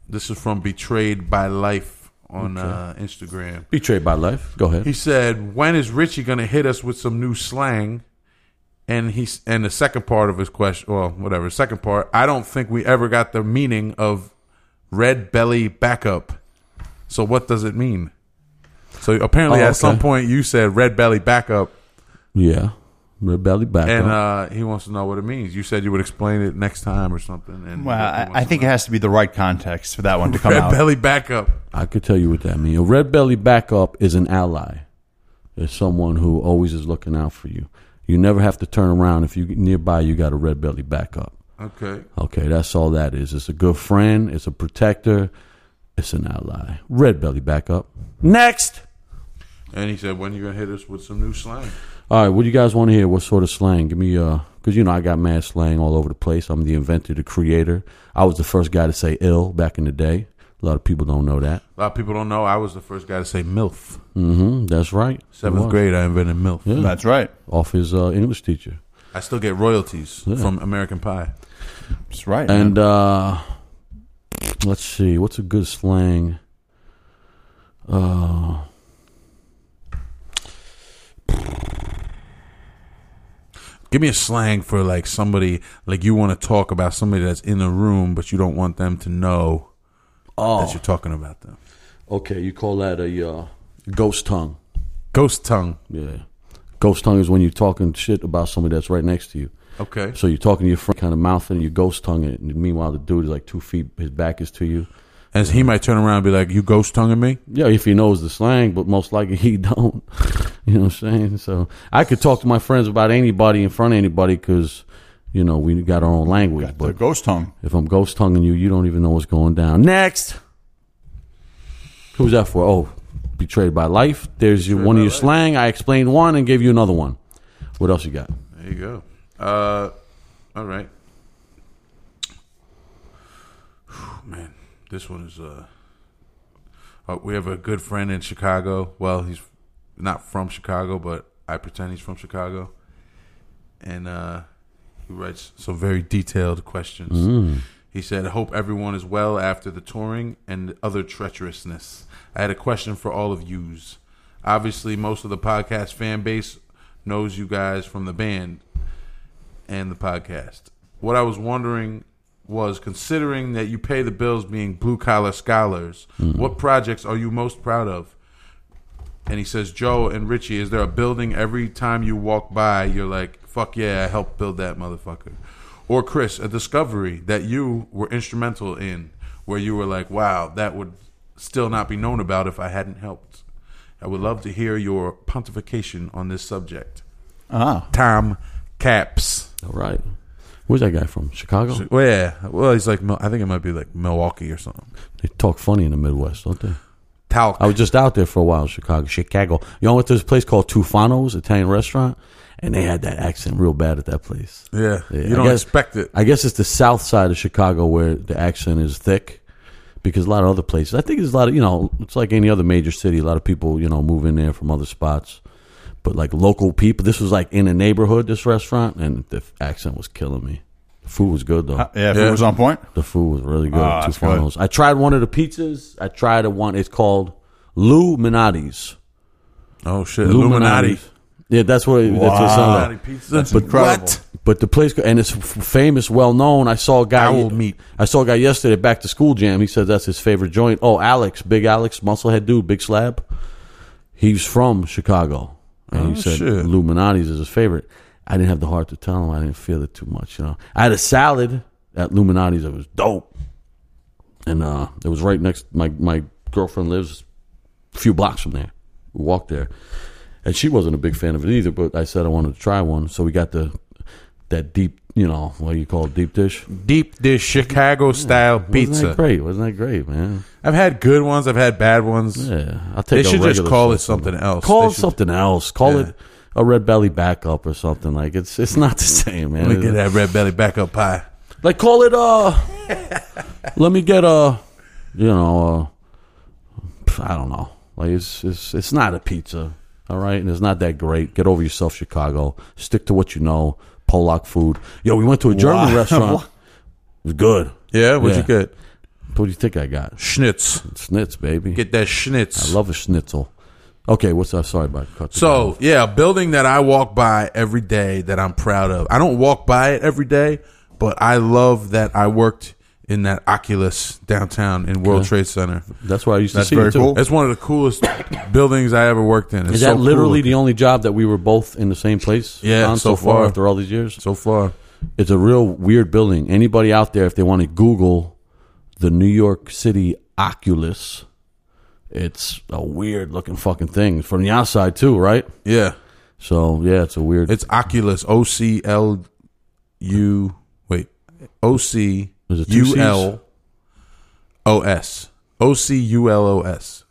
Speaker 5: This is from Betrayed by Life on uh, Instagram.
Speaker 4: Betrayed by life. Go ahead.
Speaker 5: He said, "When is Richie going to hit us with some new slang?" And he's and the second part of his question, well, whatever. Second part, I don't think we ever got the meaning of red belly backup. So what does it mean? So apparently,
Speaker 4: Oh,
Speaker 5: at some
Speaker 4: okay.
Speaker 5: point, you said red belly backup,
Speaker 4: yeah, red belly back
Speaker 5: and
Speaker 4: up.
Speaker 5: uh, he wants to know what it means. You said you would explain it next time or something. And
Speaker 3: Well,
Speaker 5: he
Speaker 3: I,
Speaker 5: wants
Speaker 3: I
Speaker 5: to
Speaker 3: think it
Speaker 5: know.
Speaker 3: has to be the right context for that one to come
Speaker 5: red
Speaker 3: out.
Speaker 5: belly backup.
Speaker 4: I could tell you what that means. A red belly backup is an ally. It's someone who always is looking out for you. You never have to turn around if you nearby. You got a red belly backup.
Speaker 5: Okay,
Speaker 4: Okay, that's all that is. It's a good friend, it's a protector, it's an ally. Red belly back up. Next.
Speaker 5: and he said, "When you gonna hit us with some new slang?"
Speaker 4: All right, what do you guys want to hear? What sort of slang? Give me uh cuz you know I got mad slang all over the place. I'm the inventor, the creator. I was the first guy to say ill back in the day. A lot of people don't know that.
Speaker 5: A lot of people don't know. I was the first guy to say milf.
Speaker 4: Mhm, that's right.
Speaker 5: Seventh
Speaker 4: It was.
Speaker 5: grade, I invented milf.
Speaker 3: That's right.
Speaker 4: Off his uh, English teacher.
Speaker 5: I still get royalties from American Pie.
Speaker 3: That's right.
Speaker 4: And uh let's see, what's a good slang? Uh
Speaker 5: Give me a slang for like somebody like you want to talk about somebody that's in the room, but you don't want them to know that you're talking about them.
Speaker 4: Okay, you call that a uh, ghost tongue.
Speaker 5: Ghost tongue.
Speaker 4: Yeah. Ghost tongue is when you're talking shit about somebody that's right next to you.
Speaker 5: Okay.
Speaker 4: So you're talking to your friend, kind of mouthing, you ghost tongue it. And meanwhile, the dude is like two feet, his back is to you.
Speaker 5: As he might turn around and be like, "You ghost tonguing me?"
Speaker 4: Yeah, if he knows the slang, but most likely he don't. you know what I'm saying? So I could talk to my friends about anybody in front of anybody because, you know, we got our own language.
Speaker 3: The
Speaker 4: but
Speaker 3: ghost tongue.
Speaker 4: if I'm ghost tonguing you, you don't even know what's going down. Next, who's that for? Oh, betrayed by life. There's your, one of your slang. I explained one and gave you another one. What else you got?
Speaker 5: There you go. Uh, all right. Whew, man, this one is. Uh, uh, we have a good friend in Chicago. Well, he's not from Chicago, but I pretend he's from Chicago. And uh, he writes some very detailed questions. He said, Hope everyone is well after the touring and other treacherousness. I had a question for all of yous. Obviously, most of the podcast fan base knows you guys from the band and the podcast. What I was wondering was considering that you pay the bills being blue collar scholars, what projects are you most proud of? And he says, Joe and Richie, is there a building every time you walk by, you're like, fuck yeah, I helped build that motherfucker? Or Chris, a discovery that you were instrumental in, where you were like, wow, that would still not be known about if I hadn't helped. I would love to hear your pontification on this subject.
Speaker 3: Ah.
Speaker 5: Tom Caps.
Speaker 4: All right. Where's that guy from? Chicago?
Speaker 5: Well, yeah. Well, he's like, Mil- I think it might be like Milwaukee or something.
Speaker 4: They talk funny in the Midwest, don't they?
Speaker 5: Talc.
Speaker 4: I was just out there for a while, Chicago, Chicago. You know, I went to this place called Tufano's Italian restaurant, and they had that accent real bad at that place.
Speaker 5: yeah.
Speaker 4: Yeah,
Speaker 5: You
Speaker 4: I
Speaker 5: don't
Speaker 4: guess-
Speaker 5: expect it.
Speaker 4: I guess it's the south side of Chicago where the accent is thick, because a lot of other places. I think there's a lot of you know, it's like any other major city. A lot of people you know move in there from other spots, but like local people. This was like in a neighborhood. This restaurant, and the accent was killing me. The food was good though.
Speaker 3: Yeah, if
Speaker 5: Yeah.
Speaker 3: it was on point.
Speaker 4: The food was really good.
Speaker 3: Ah,
Speaker 4: at
Speaker 3: that's good.
Speaker 4: Tufano's. I tried one of the pizzas. I tried a one. It's called Lou Minotti's.
Speaker 5: Oh, shit. Illuminati.
Speaker 4: Illuminati's. Yeah, that's what that's what it sounds
Speaker 5: Illuminati
Speaker 4: like.
Speaker 5: pizza.
Speaker 3: That's incredible.
Speaker 5: What?
Speaker 4: But the place, and it's f- famous, well known. I saw a guy.
Speaker 5: Owl meat.
Speaker 4: I saw a guy yesterday at back to school jam. He says that's his favorite joint. Oh, Alex, big Alex, musclehead dude, big slab. He's from Chicago, and he
Speaker 5: Oh,
Speaker 4: said
Speaker 5: shit.
Speaker 4: Luminati's is his favorite. I didn't have the heart to tell him. I didn't feel it too much, you know. I had a salad at Luminati's that was dope, and uh, it was right next. My my girlfriend lives a few blocks from there. We walked there, and she wasn't a big fan of it either. But I said I wanted to try one, so we got the that deep, you know, what do you call it, deep dish
Speaker 5: Deep dish Chicago style
Speaker 4: Wasn't that
Speaker 5: pizza.
Speaker 4: great? Wasn't that great, man?
Speaker 5: I've had good ones. I've had bad ones.
Speaker 4: Yeah, I'll
Speaker 5: They
Speaker 4: take. a
Speaker 5: should just
Speaker 4: regular
Speaker 5: call it
Speaker 4: stuff.
Speaker 5: something else.
Speaker 4: Call
Speaker 5: They
Speaker 4: it
Speaker 5: should-
Speaker 4: something else. Call
Speaker 5: Yeah.
Speaker 4: it a red belly backup or something. Like it's it's not the same, man.
Speaker 5: Let me get that red belly back up high.
Speaker 4: Like call it uh let me get a you know uh I don't know. Like it's it's it's not a pizza. All right, and it's not that great. Get over yourself, Chicago. Stick to what you know. Polak food. Yo, we went to a German
Speaker 3: Wow.
Speaker 4: restaurant. It was good.
Speaker 5: Yeah, what'd
Speaker 4: Yeah.
Speaker 5: you get?
Speaker 4: What do you think I got?
Speaker 5: Schnitz.
Speaker 4: Schnitz, baby.
Speaker 5: Get that schnitz.
Speaker 4: I love a schnitzel. Okay, what's up? Sorry about cut. you off.
Speaker 5: So yeah, a building that I walk by every day that I'm proud of. I don't walk by it every day, but I love that I worked in that Oculus downtown in World Trade Center.
Speaker 4: that's why I used to
Speaker 3: That's
Speaker 4: see
Speaker 3: very
Speaker 4: it too.
Speaker 3: cool.
Speaker 5: That's one of the coolest buildings I ever worked in. It's
Speaker 4: Is
Speaker 5: so
Speaker 4: that literally
Speaker 5: cool.
Speaker 4: the only job that we were both in the same place?
Speaker 5: Yeah,
Speaker 4: on so,
Speaker 5: so
Speaker 4: far,
Speaker 5: far.
Speaker 4: after all these years.
Speaker 5: so far?
Speaker 4: It's a real weird building. Anybody out there, if they want to Google the New York City Oculus, it's a weird looking fucking thing from the outside too, right?
Speaker 5: Yeah,
Speaker 4: So yeah, it's a weird.
Speaker 5: it's Oculus. O C L U. Wait, O C
Speaker 4: Is it two
Speaker 5: U L O S. O C U L O S,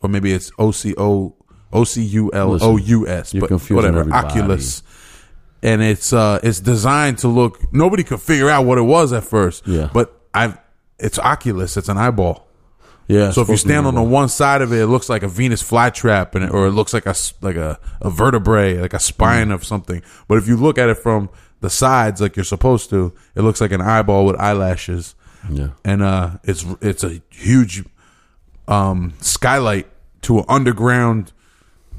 Speaker 5: or maybe it's O C O O C U L O U S.
Speaker 4: you're
Speaker 5: But
Speaker 4: confusing
Speaker 5: whatever,
Speaker 4: everybody.
Speaker 5: Oculus. And it's uh, it's designed to look. Nobody could figure out what it was at first.
Speaker 4: Yeah.
Speaker 5: but I've it's Oculus. It's an eyeball.
Speaker 4: yeah.
Speaker 5: So if you
Speaker 4: supposed to be
Speaker 5: stand on the
Speaker 4: weird.
Speaker 5: one side of it, it looks like a Venus flytrap, and it, or it looks like a s- like a, a vertebrae, like a
Speaker 4: Mm.
Speaker 5: spine of something. But if you look at it from the sides, like you're supposed to, it looks like an eyeball with eyelashes,
Speaker 4: yeah,
Speaker 5: and uh, it's it's a huge um, skylight to an underground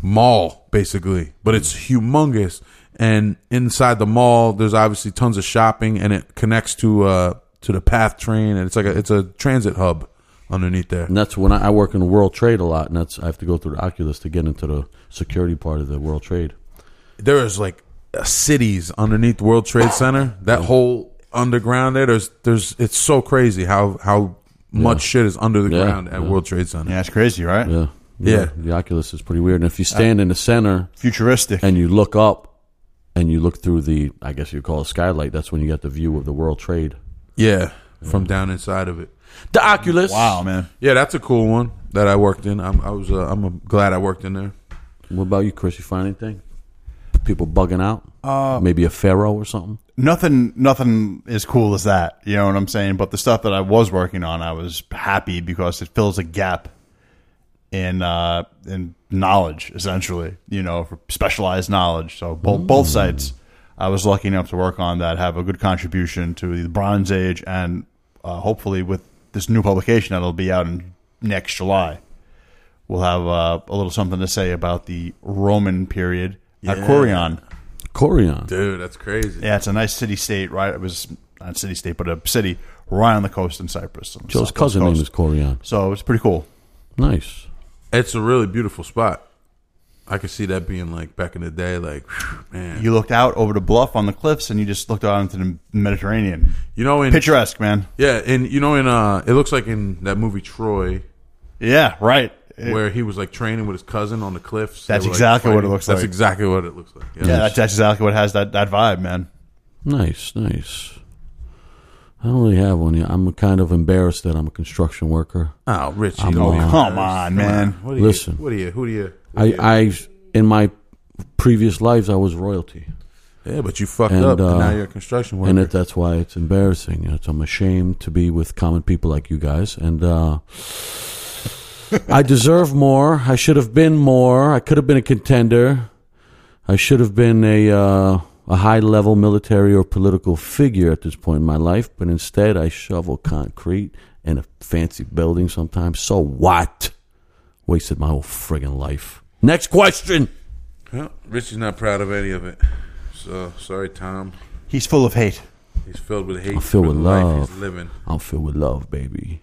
Speaker 5: mall, basically. But it's humongous, And inside the mall, there's obviously tons of shopping, and it connects to uh to the PATH train, and it's like a, it's a transit hub underneath there.
Speaker 4: And that's when I, I work in World Trade a lot, and that's I have to go through the Oculus to get into the security part of the World Trade.
Speaker 5: there is like uh, cities underneath World Trade Center. That whole underground there, there's there's it's so crazy how how much shit is under the
Speaker 4: Yeah,
Speaker 5: ground at World Trade Center.
Speaker 3: Yeah, it's crazy, right?
Speaker 4: Yeah.
Speaker 5: Yeah.
Speaker 4: The Oculus is pretty weird. And if you stand in the center
Speaker 3: Futuristic.
Speaker 4: and you look up and you look through the, I guess you call it skylight, that's when you get the view of the World Trade.
Speaker 5: Yeah, from down inside of it.
Speaker 4: The Oculus.
Speaker 3: wow, man.
Speaker 5: Yeah, that's a cool one that I worked in. I'm, I was uh, I'm uh, glad I worked in there.
Speaker 4: What about you, Chris? You find anything? People bugging out? Uh, Maybe a pharaoh or something?
Speaker 3: nothing nothing as cool as that you know what i'm saying but the stuff that i was working on i was happy because it fills a gap in uh in knowledge essentially you know for specialized knowledge so both both sites i was lucky enough to work on that have a good contribution to the bronze age and uh, hopefully with this new publication that'll be out in next july we'll have uh, a little something to say about the roman period at corian
Speaker 4: Corian.
Speaker 5: Dude, that's crazy.
Speaker 3: yeah, it's a nice city state, right? It was not city state, but a city right on the coast in Cyprus. on the
Speaker 4: Joe's
Speaker 3: southwest
Speaker 4: cousin name
Speaker 3: coast.
Speaker 4: is Corian.
Speaker 3: So it's pretty cool.
Speaker 4: Nice.
Speaker 5: It's a really beautiful spot. I could see that being like back in the day, like whew, man.
Speaker 3: You looked out over the bluff on the cliffs, and you just looked out into the Mediterranean.
Speaker 5: You know, in
Speaker 3: Picturesque, man.
Speaker 5: yeah, and you know, in uh, it looks like in that movie Troy,
Speaker 3: Yeah, right. It-
Speaker 5: where he was like training with his cousin on the cliffs. They
Speaker 3: That's
Speaker 5: were, like,
Speaker 3: exactly what it looks
Speaker 5: That's
Speaker 3: like.
Speaker 5: exactly what it looks like. Yeah.
Speaker 3: yeah, that's, that's exactly what has that, that vibe, man.
Speaker 4: Nice, nice. I don't really have one yet. I'm kind of embarrassed that I'm a construction worker.
Speaker 5: Oh, Richie,
Speaker 4: I'm
Speaker 5: don't
Speaker 4: on.
Speaker 5: be
Speaker 4: Come
Speaker 5: embarrassed.
Speaker 3: on, man.
Speaker 5: What do you,
Speaker 4: Listen.
Speaker 5: what do you? Who do you? who do
Speaker 4: I,
Speaker 5: you-
Speaker 4: I, in my previous lives, I was royalty,
Speaker 5: yeah, but you fucked
Speaker 4: and,
Speaker 5: up.
Speaker 4: uh,
Speaker 5: and now you're a construction worker.
Speaker 4: and it, that's why it's embarrassing. It's, I'm ashamed to be with common people like you guys, and uh, I deserve more. I should have been more. I could have been a contender. I should have been a uh, a high level military or political figure at this point in my life, but instead I shovel concrete in a fancy building sometimes. So what? Wasted my whole friggin' life. Next question.
Speaker 5: Well, Richie's not proud of any of it. So sorry, Tom.
Speaker 3: He's full of hate.
Speaker 5: He's filled with hate.
Speaker 4: I'm filled
Speaker 5: for
Speaker 4: with
Speaker 5: the life
Speaker 4: love.
Speaker 5: He's living.
Speaker 4: I'm filled with love, baby.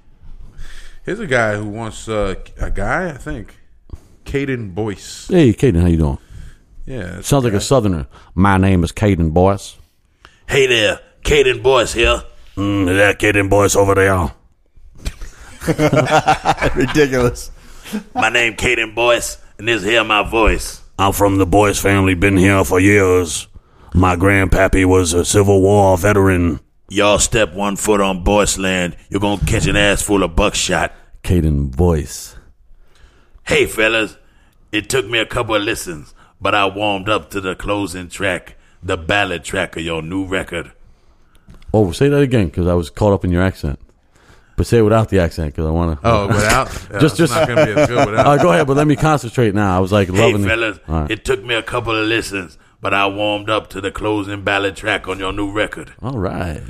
Speaker 5: Here's a guy who wants uh, a guy. I think, Caden Boyce.
Speaker 4: Hey, Caden, how you doing?
Speaker 5: Yeah, that's-
Speaker 4: Sounds like a southerner. My name is Caden Boyce.
Speaker 6: Hey there, Caden Boyce here. Mm, that Caden Boyce over there.
Speaker 3: Ridiculous.
Speaker 6: My name Caden Boyce, and this here my voice. I'm from the Boyce family, been here for years. My grandpappy was a Civil War veteran. Y'all step one foot on Boyce land, you're gonna catch an ass full of buckshot.
Speaker 4: Caden Boyce.
Speaker 6: Hey fellas, it took me a couple of listens, but I warmed up to the closing track, the ballad track of your new record.
Speaker 4: Oh, say that again, because I was caught up in your accent. But say it without the accent, because I want to.
Speaker 5: Oh, without yeah,
Speaker 4: Just- just-
Speaker 5: just, just not gonna be as good without.
Speaker 4: Uh, go ahead, but let me concentrate now. I was like
Speaker 6: Hey
Speaker 4: loving the-
Speaker 6: fellas,
Speaker 4: All right.
Speaker 6: it took me a couple of listens, but I warmed up to the closing ballad track on your new record.
Speaker 4: All right.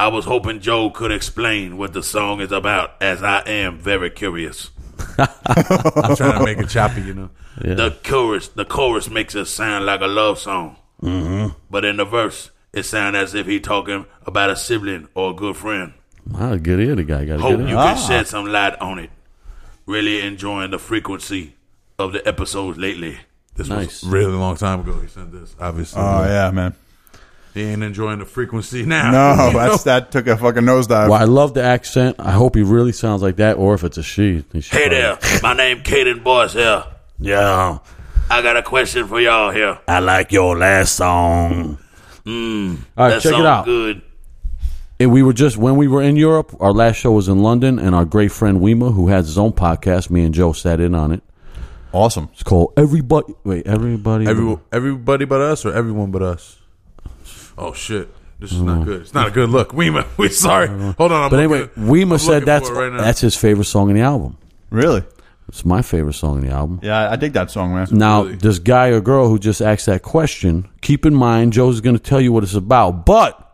Speaker 6: I was hoping Joe could explain what the song is about, as I am very curious.
Speaker 5: I'm trying to make it choppy, you know.
Speaker 6: The chorus, the chorus makes it sound like a love song, mm-hmm. but in the verse, it sounds as if he talking about a sibling or a good friend.
Speaker 4: Wow, good ear, the guy. Got a
Speaker 6: Hope
Speaker 4: good Ah.
Speaker 6: you
Speaker 4: ear.
Speaker 6: can shed some light on it. Really enjoying the frequency of the episodes lately.
Speaker 5: This
Speaker 4: Nice.
Speaker 5: was really long time ago. He said this. Obviously,
Speaker 3: Oh, yeah, man.
Speaker 5: he ain't enjoying the frequency now.
Speaker 3: No, that's that took a fucking nosedive.
Speaker 4: Well, I love the accent. I hope he really sounds like that, or if it's a she. then she
Speaker 6: Hey
Speaker 4: probably-
Speaker 6: there, my name Caden Boyce here.
Speaker 1: Yeah,
Speaker 6: I got a question for y'all here.
Speaker 1: I like your last song.
Speaker 5: Mm,
Speaker 4: All right,
Speaker 6: that
Speaker 4: check
Speaker 6: song
Speaker 4: it out.
Speaker 6: good.
Speaker 4: And we were just when we were in Europe. Our last show was in London, and our great friend Wema, who has his own podcast, me and Joe sat in on it.
Speaker 3: awesome.
Speaker 4: It's called Everybody. Wait, everybody.
Speaker 5: Every, everybody but us or everyone but us? Oh shit. This is not good. It's not a good look. Weema, we're sorry. Hold on. I'm
Speaker 4: Mm. but anyway,
Speaker 5: looking-
Speaker 4: Wema
Speaker 5: I'm looking
Speaker 4: said that's
Speaker 5: for it right now.
Speaker 4: that's his favorite song in the album.
Speaker 3: Really?
Speaker 4: It's my favorite song in the album.
Speaker 3: Yeah, I dig that song, man.
Speaker 4: Now, this guy or girl who just asked that question, keep in mind Joe's going to tell you what it's about, but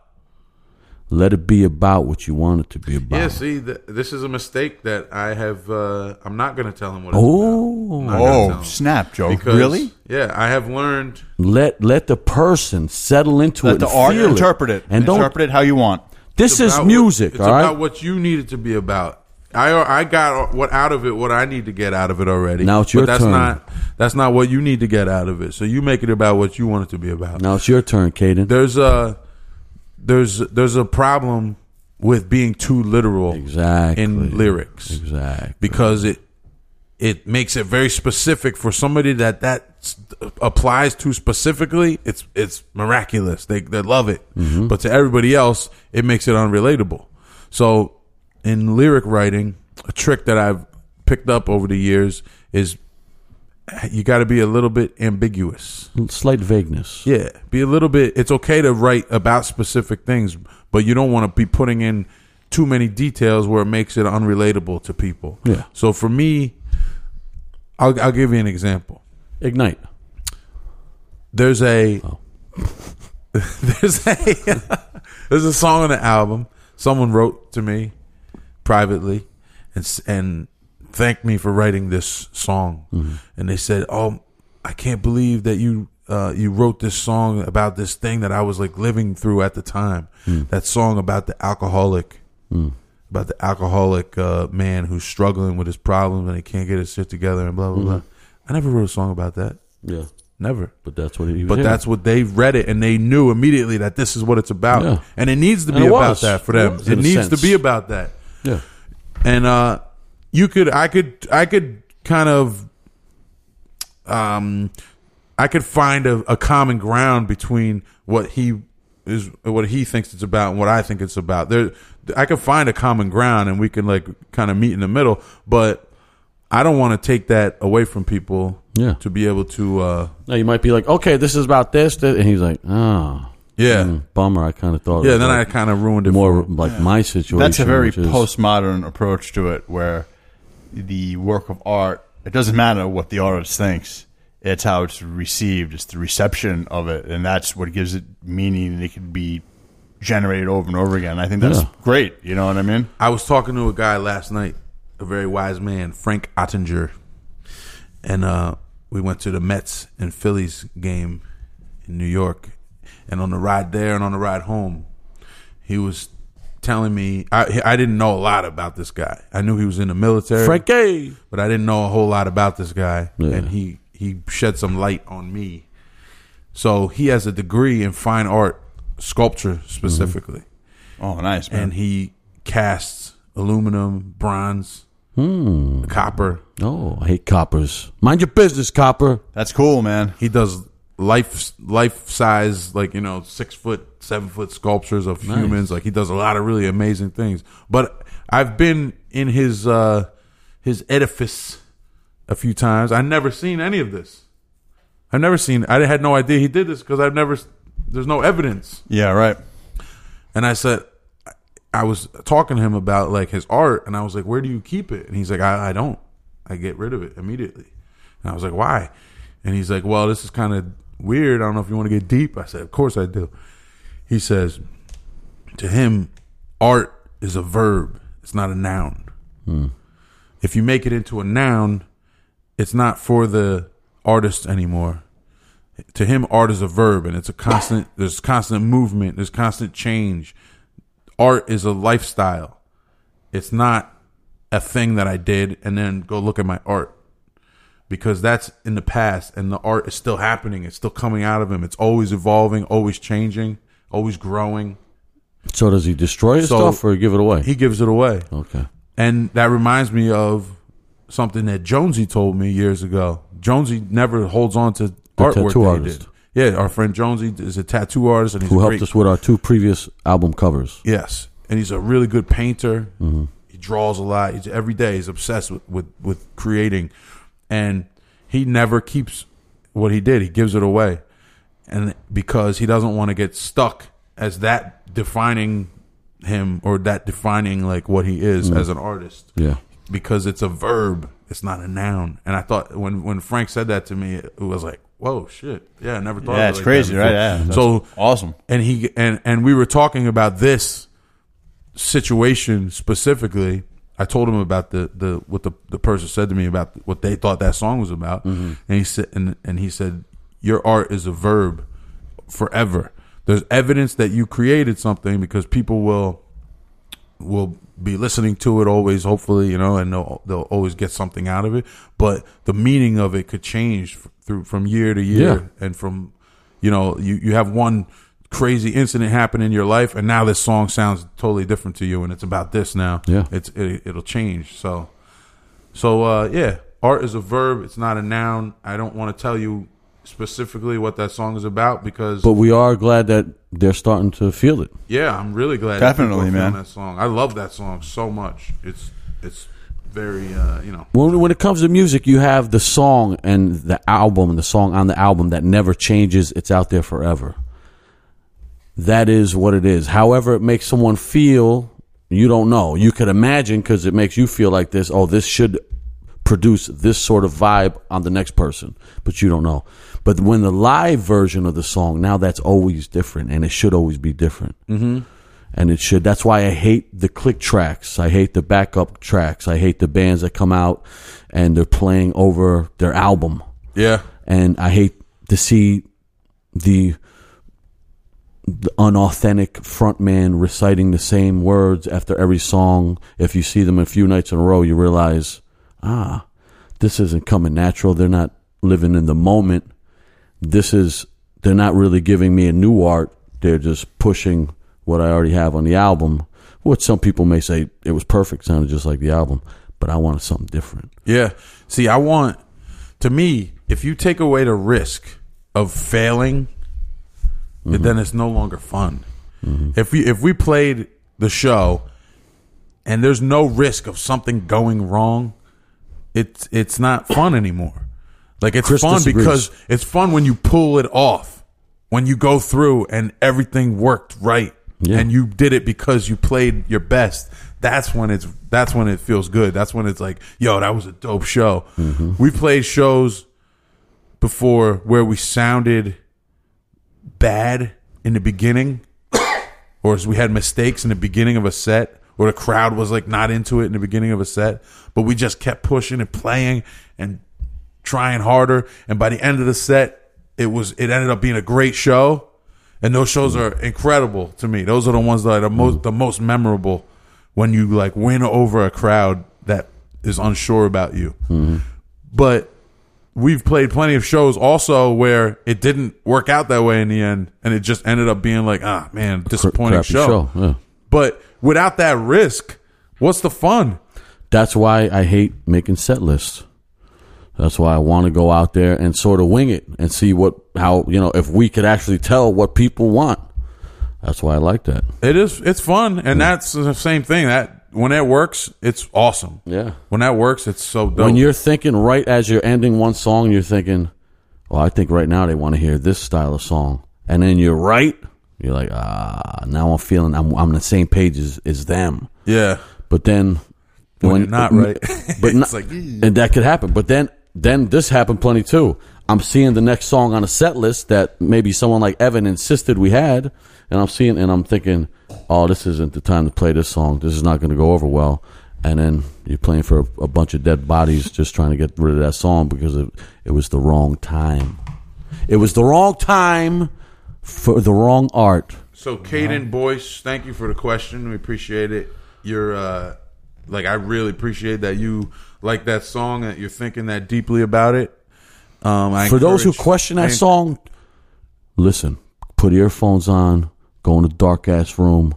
Speaker 4: Let it be about what you want it to be about.
Speaker 5: Yeah, see, th- this is a mistake that I have. Uh, I'm not going to tell him what.
Speaker 4: Oh.
Speaker 5: it's about. I'm not gonna tell
Speaker 3: Oh,
Speaker 5: him.
Speaker 3: snap, Joe.
Speaker 5: Because,
Speaker 3: really?
Speaker 5: Yeah, I have learned.
Speaker 4: Let let the person settle into
Speaker 3: Let
Speaker 4: it.
Speaker 3: the
Speaker 4: and
Speaker 3: art
Speaker 4: feel
Speaker 3: interpret it.
Speaker 4: And don't.
Speaker 3: interpret it how you want.
Speaker 4: This is
Speaker 5: it's about
Speaker 4: music,
Speaker 5: What, it's
Speaker 4: all right.
Speaker 5: about what you need it to be about. I I got what out of it, what I need to get out of it already.
Speaker 4: Now it's
Speaker 5: But
Speaker 4: your
Speaker 5: that's
Speaker 4: turn.
Speaker 5: Not, that's not what you need to get out of it. So you make it about what you want it to be about.
Speaker 4: now it's your turn, Caden.
Speaker 5: There's a there's there's a problem with being too literal
Speaker 4: Exactly.
Speaker 5: in lyrics
Speaker 4: Exactly.
Speaker 5: because it it makes it very specific for somebody that that s- applies to specifically. It's it's miraculous. They they love it,
Speaker 4: Mm-hmm.
Speaker 5: but to everybody else, it makes it unrelatable. So in lyric writing, a trick that I've picked up over the years is you got to be a little bit ambiguous.
Speaker 4: Slight vagueness.
Speaker 5: Yeah, be a little bit. It's okay to write about specific things, but you don't want to be putting in too many details where it makes it unrelatable to people.
Speaker 4: Yeah.
Speaker 5: So for me, I'll, I'll give you an example.
Speaker 4: Ignite.
Speaker 5: There's a there's a there's a song on the album someone wrote to me privately and s- and thanked me for writing this song and they said oh I can't believe that you uh, you wrote this song about this thing that I was like living through at the time that song about the alcoholic about the alcoholic uh, man who's struggling with his problems and he can't get his shit together and blah blah blah I never wrote a song about that
Speaker 4: Yeah,
Speaker 5: never
Speaker 4: but that's what he. Was
Speaker 5: but
Speaker 4: hearing.
Speaker 5: that's what they read it and they knew immediately that this is what it's about.
Speaker 4: Yeah.
Speaker 5: And it needs to
Speaker 4: And
Speaker 5: be
Speaker 4: it
Speaker 5: about
Speaker 4: was.
Speaker 5: that for
Speaker 4: It
Speaker 5: them.
Speaker 4: was,
Speaker 5: It,
Speaker 4: in a
Speaker 5: needs to
Speaker 4: sense.
Speaker 5: be about that.
Speaker 4: yeah.
Speaker 5: And uh you could I could I could kind of um I could find a, a common ground between what he is what he thinks it's about and what I think it's about. There I could find a common ground and we can like kind of meet in the middle, but I don't want to take that away from people
Speaker 4: Yeah.
Speaker 5: to be able to uh
Speaker 4: Now you might be like, okay, this is about this, this and he's like, oh,
Speaker 5: yeah.
Speaker 4: bummer. I kind of thought. it
Speaker 5: Yeah,
Speaker 4: was
Speaker 5: then I
Speaker 4: like
Speaker 5: kind of ruined it
Speaker 4: more
Speaker 5: for him.
Speaker 4: like my situation.
Speaker 3: That's a very
Speaker 4: which is-
Speaker 3: postmodern approach to it, where the work of art it doesn't matter what the artist thinks; it's how it's received, it's the reception of it, and that's what gives it meaning. And it can be generated over and over again. I think that's
Speaker 4: Yeah.
Speaker 3: great. You know what I mean?
Speaker 5: I was talking to a guy last night, a very wise man, Frank Ottinger, and uh, we went to the Mets and Phillies game in New York. And on the ride there and on the ride home, he was telling me I I didn't know a lot about this guy. I knew he was in the military,
Speaker 4: Frank A.
Speaker 5: but I didn't know a whole lot about this guy,
Speaker 4: Yeah.
Speaker 5: and he he shed some light on me. So he has a degree in fine art, sculpture specifically
Speaker 3: Oh, nice man.
Speaker 5: and he casts aluminum, bronze, copper.
Speaker 4: Oh, I hate coppers. Mind your business, copper.
Speaker 3: that's cool, man.
Speaker 5: He does life life size, like you know, six foot, seven foot sculptures of humans. Like he does a lot of really amazing things. But I've been in his uh, his edifice a few times. I never seen any of this. I've never seen. I had no idea he did this because I've never. There's no evidence.
Speaker 3: Yeah, right.
Speaker 5: And I said, I was talking to him about like his art, and I was like, "Where do you keep it?" And he's like, "I, I don't. I get rid of it immediately." And I was like, "Why?" And he's like, "Well, this is kind of weird. I don't know if you want to get deep." I said, "Of course I do." He says, "To him, art is a verb. It's not a noun. If you make it into a noun, it's not for the artist anymore." To him, art is a verb, and it's a constant. There's constant movement. There's constant change art is a lifestyle. It's not a thing that I did and then go look at my art because that's in the past and the art is still happening. It's still coming out of him. It's always evolving, always changing, always growing.
Speaker 4: So does he destroy his
Speaker 5: So-
Speaker 4: stuff or give it away?
Speaker 5: He gives it away.
Speaker 4: okay.
Speaker 5: And that reminds me of something that Jonesy told me years ago. Jonesy never holds on to artwork
Speaker 4: tattoo
Speaker 5: that
Speaker 4: artist.
Speaker 5: he did. Yeah, our friend Jonesy is a tattoo artist and he's
Speaker 4: Who
Speaker 5: a
Speaker 4: helped
Speaker 5: great
Speaker 4: us with our two previous album covers?
Speaker 5: Yes, and he's a really good painter.
Speaker 3: Mm-hmm.
Speaker 5: He draws a lot. He's, every day he's obsessed with, with with creating, and he never keeps what he did. He gives it away, and because he doesn't want to get stuck as that defining him or that defining like what he is
Speaker 3: Mm.
Speaker 5: as an artist
Speaker 4: Yeah.
Speaker 5: because it's a verb. It's not a noun. And I thought when when Frank said that to me, it was like, whoa, shit. Yeah, I never thought.
Speaker 3: Yeah,
Speaker 5: of it
Speaker 3: it's
Speaker 5: like
Speaker 3: crazy,
Speaker 5: that
Speaker 3: right?
Speaker 5: before.
Speaker 3: Yeah, that's
Speaker 5: so
Speaker 3: awesome.
Speaker 5: And he and and we were talking about this situation specifically, I told him about the, the what the, the person said to me about what they thought that song was about, and he said and, and he said your art is a verb forever. There's evidence that you created something because people will will be listening to it always, hopefully, you know, and they'll, they'll always get something out of it. But the meaning of it could change f- through from year to year, and from you know, you you have one crazy incident happen in your life, and now this song sounds totally different to you, and it's about this now.
Speaker 4: Yeah.
Speaker 5: it's it, it'll change. So, so uh, yeah, art is a verb; it's not a noun. I don't want to tell you specifically what that song is about because
Speaker 4: But we are glad that they're starting to feel it.
Speaker 5: yeah, I'm really glad. that people
Speaker 3: Definitely, man.
Speaker 5: found That song, I love that song so much. It's it's very uh, you know.
Speaker 4: When, when it comes to music, you have the song and the album, and the song on the album that never changes. It's out there forever. That is what it is. However, it makes someone feel, you don't know. You could imagine because it makes you feel like this. Oh, this should produce this sort of vibe on the next person, but you don't know. But when the live version of the song, now that's always different, and it should always be different. Mm-hmm. and it should. That's why I hate the click tracks. I hate the backup tracks. I hate the bands that come out and they're playing over their album.
Speaker 5: Yeah,
Speaker 4: And I hate to see the, the unauthentic frontman reciting the same words after every song. If you see them a few nights in a row, you realize, ah, this isn't coming natural. They're not living in the moment. This is they're not really giving me a new art. They're just pushing what I already have on the album. Which some people may say it was perfect, sounded just like the album, but I wanted something different.
Speaker 5: yeah. See, I want to me if you take away the risk of failing,
Speaker 4: Mm-hmm.
Speaker 5: then it's no longer fun. If we if we played the show and there's no risk of something going wrong, it's it's not fun anymore. Like it's
Speaker 4: Chris
Speaker 5: fun
Speaker 4: disagrees.
Speaker 5: because it's fun when you pull it off, when you go through and everything worked right,
Speaker 4: Yeah.
Speaker 5: and you did it because you played your best. That's when it's that's when it feels good. That's when it's like, yo, that was a dope show. We played shows before where we sounded bad in the beginning, or as we had mistakes in the beginning of a set, or the crowd was like not into it in the beginning of a set, but we just kept pushing and playing and trying harder. And by the end of the set, it was it ended up being a great show. And those shows are incredible to me. Those are the ones that are the most the most memorable when you like win over a crowd that is unsure about you. But we've played plenty of shows also where it didn't work out that way in the end, and it just ended up being like, ah, man, disappointing
Speaker 4: crappy
Speaker 5: show.
Speaker 4: show, yeah.
Speaker 5: But without that risk, what's the fun?
Speaker 4: That's why I hate making set lists. That's why I want to go out there and sort of wing it and see what how you know if we could actually tell what people want. That's why I like that.
Speaker 5: It is. It's fun, and that's the same thing. That when it works, it's awesome.
Speaker 4: Yeah.
Speaker 5: When that works, it's so dope.
Speaker 4: When you're thinking right as you're ending one song, you're thinking, "Well, I think right now they want to hear this style of song," and then you're right. You're like, "Ah, now I'm feeling I'm I'm on the same page as, as them."
Speaker 5: yeah.
Speaker 4: But then
Speaker 5: When you're not right,
Speaker 4: but
Speaker 5: it's
Speaker 4: not,
Speaker 5: like, "Ew."
Speaker 4: and that could happen. But then then this happened plenty too. I'm seeing the next song on a set list that maybe someone like Evan insisted we had, and I'm seeing and I'm thinking, oh, this isn't the time to play this song. This is not going to go over well. And then you're playing for a, a bunch of dead bodies, just trying to get rid of that song because it, it was the wrong time. It was the wrong time for the wrong art.
Speaker 5: So, Caden Boyce, thank you for the question. We appreciate it. You're uh, like I really appreciate that you like that song that you're thinking that deeply about it. Um, I
Speaker 4: For those who
Speaker 5: encourage-
Speaker 4: question
Speaker 5: I
Speaker 4: that
Speaker 5: en-
Speaker 4: song, listen, put earphones on, go in a dark ass room,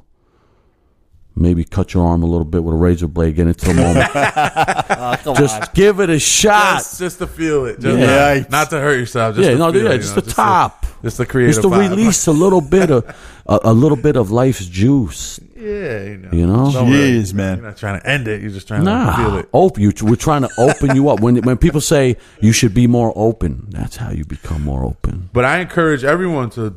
Speaker 4: maybe cut your arm a little bit with a razor blade, get into the moment.
Speaker 5: Oh,
Speaker 4: just give it a shot.
Speaker 5: just, just to feel it, just
Speaker 4: Yeah.
Speaker 5: not, not to hurt yourself. Just
Speaker 4: yeah,
Speaker 5: to
Speaker 4: no,
Speaker 5: feel
Speaker 4: yeah,
Speaker 5: it, you
Speaker 4: just
Speaker 5: know,
Speaker 4: the top.
Speaker 5: to, just to create
Speaker 4: just to release a little bit of a, a little bit of life's juice.
Speaker 5: Yeah, you know,
Speaker 4: You know?
Speaker 5: Don't worry.
Speaker 3: Jeez,
Speaker 5: You're
Speaker 3: man.
Speaker 5: not trying to end it. You're just trying to feel
Speaker 4: Nah,
Speaker 5: it.
Speaker 4: open. You, we're trying to open you up. When when people say you should be more open, that's how you become more open.
Speaker 5: But I encourage everyone to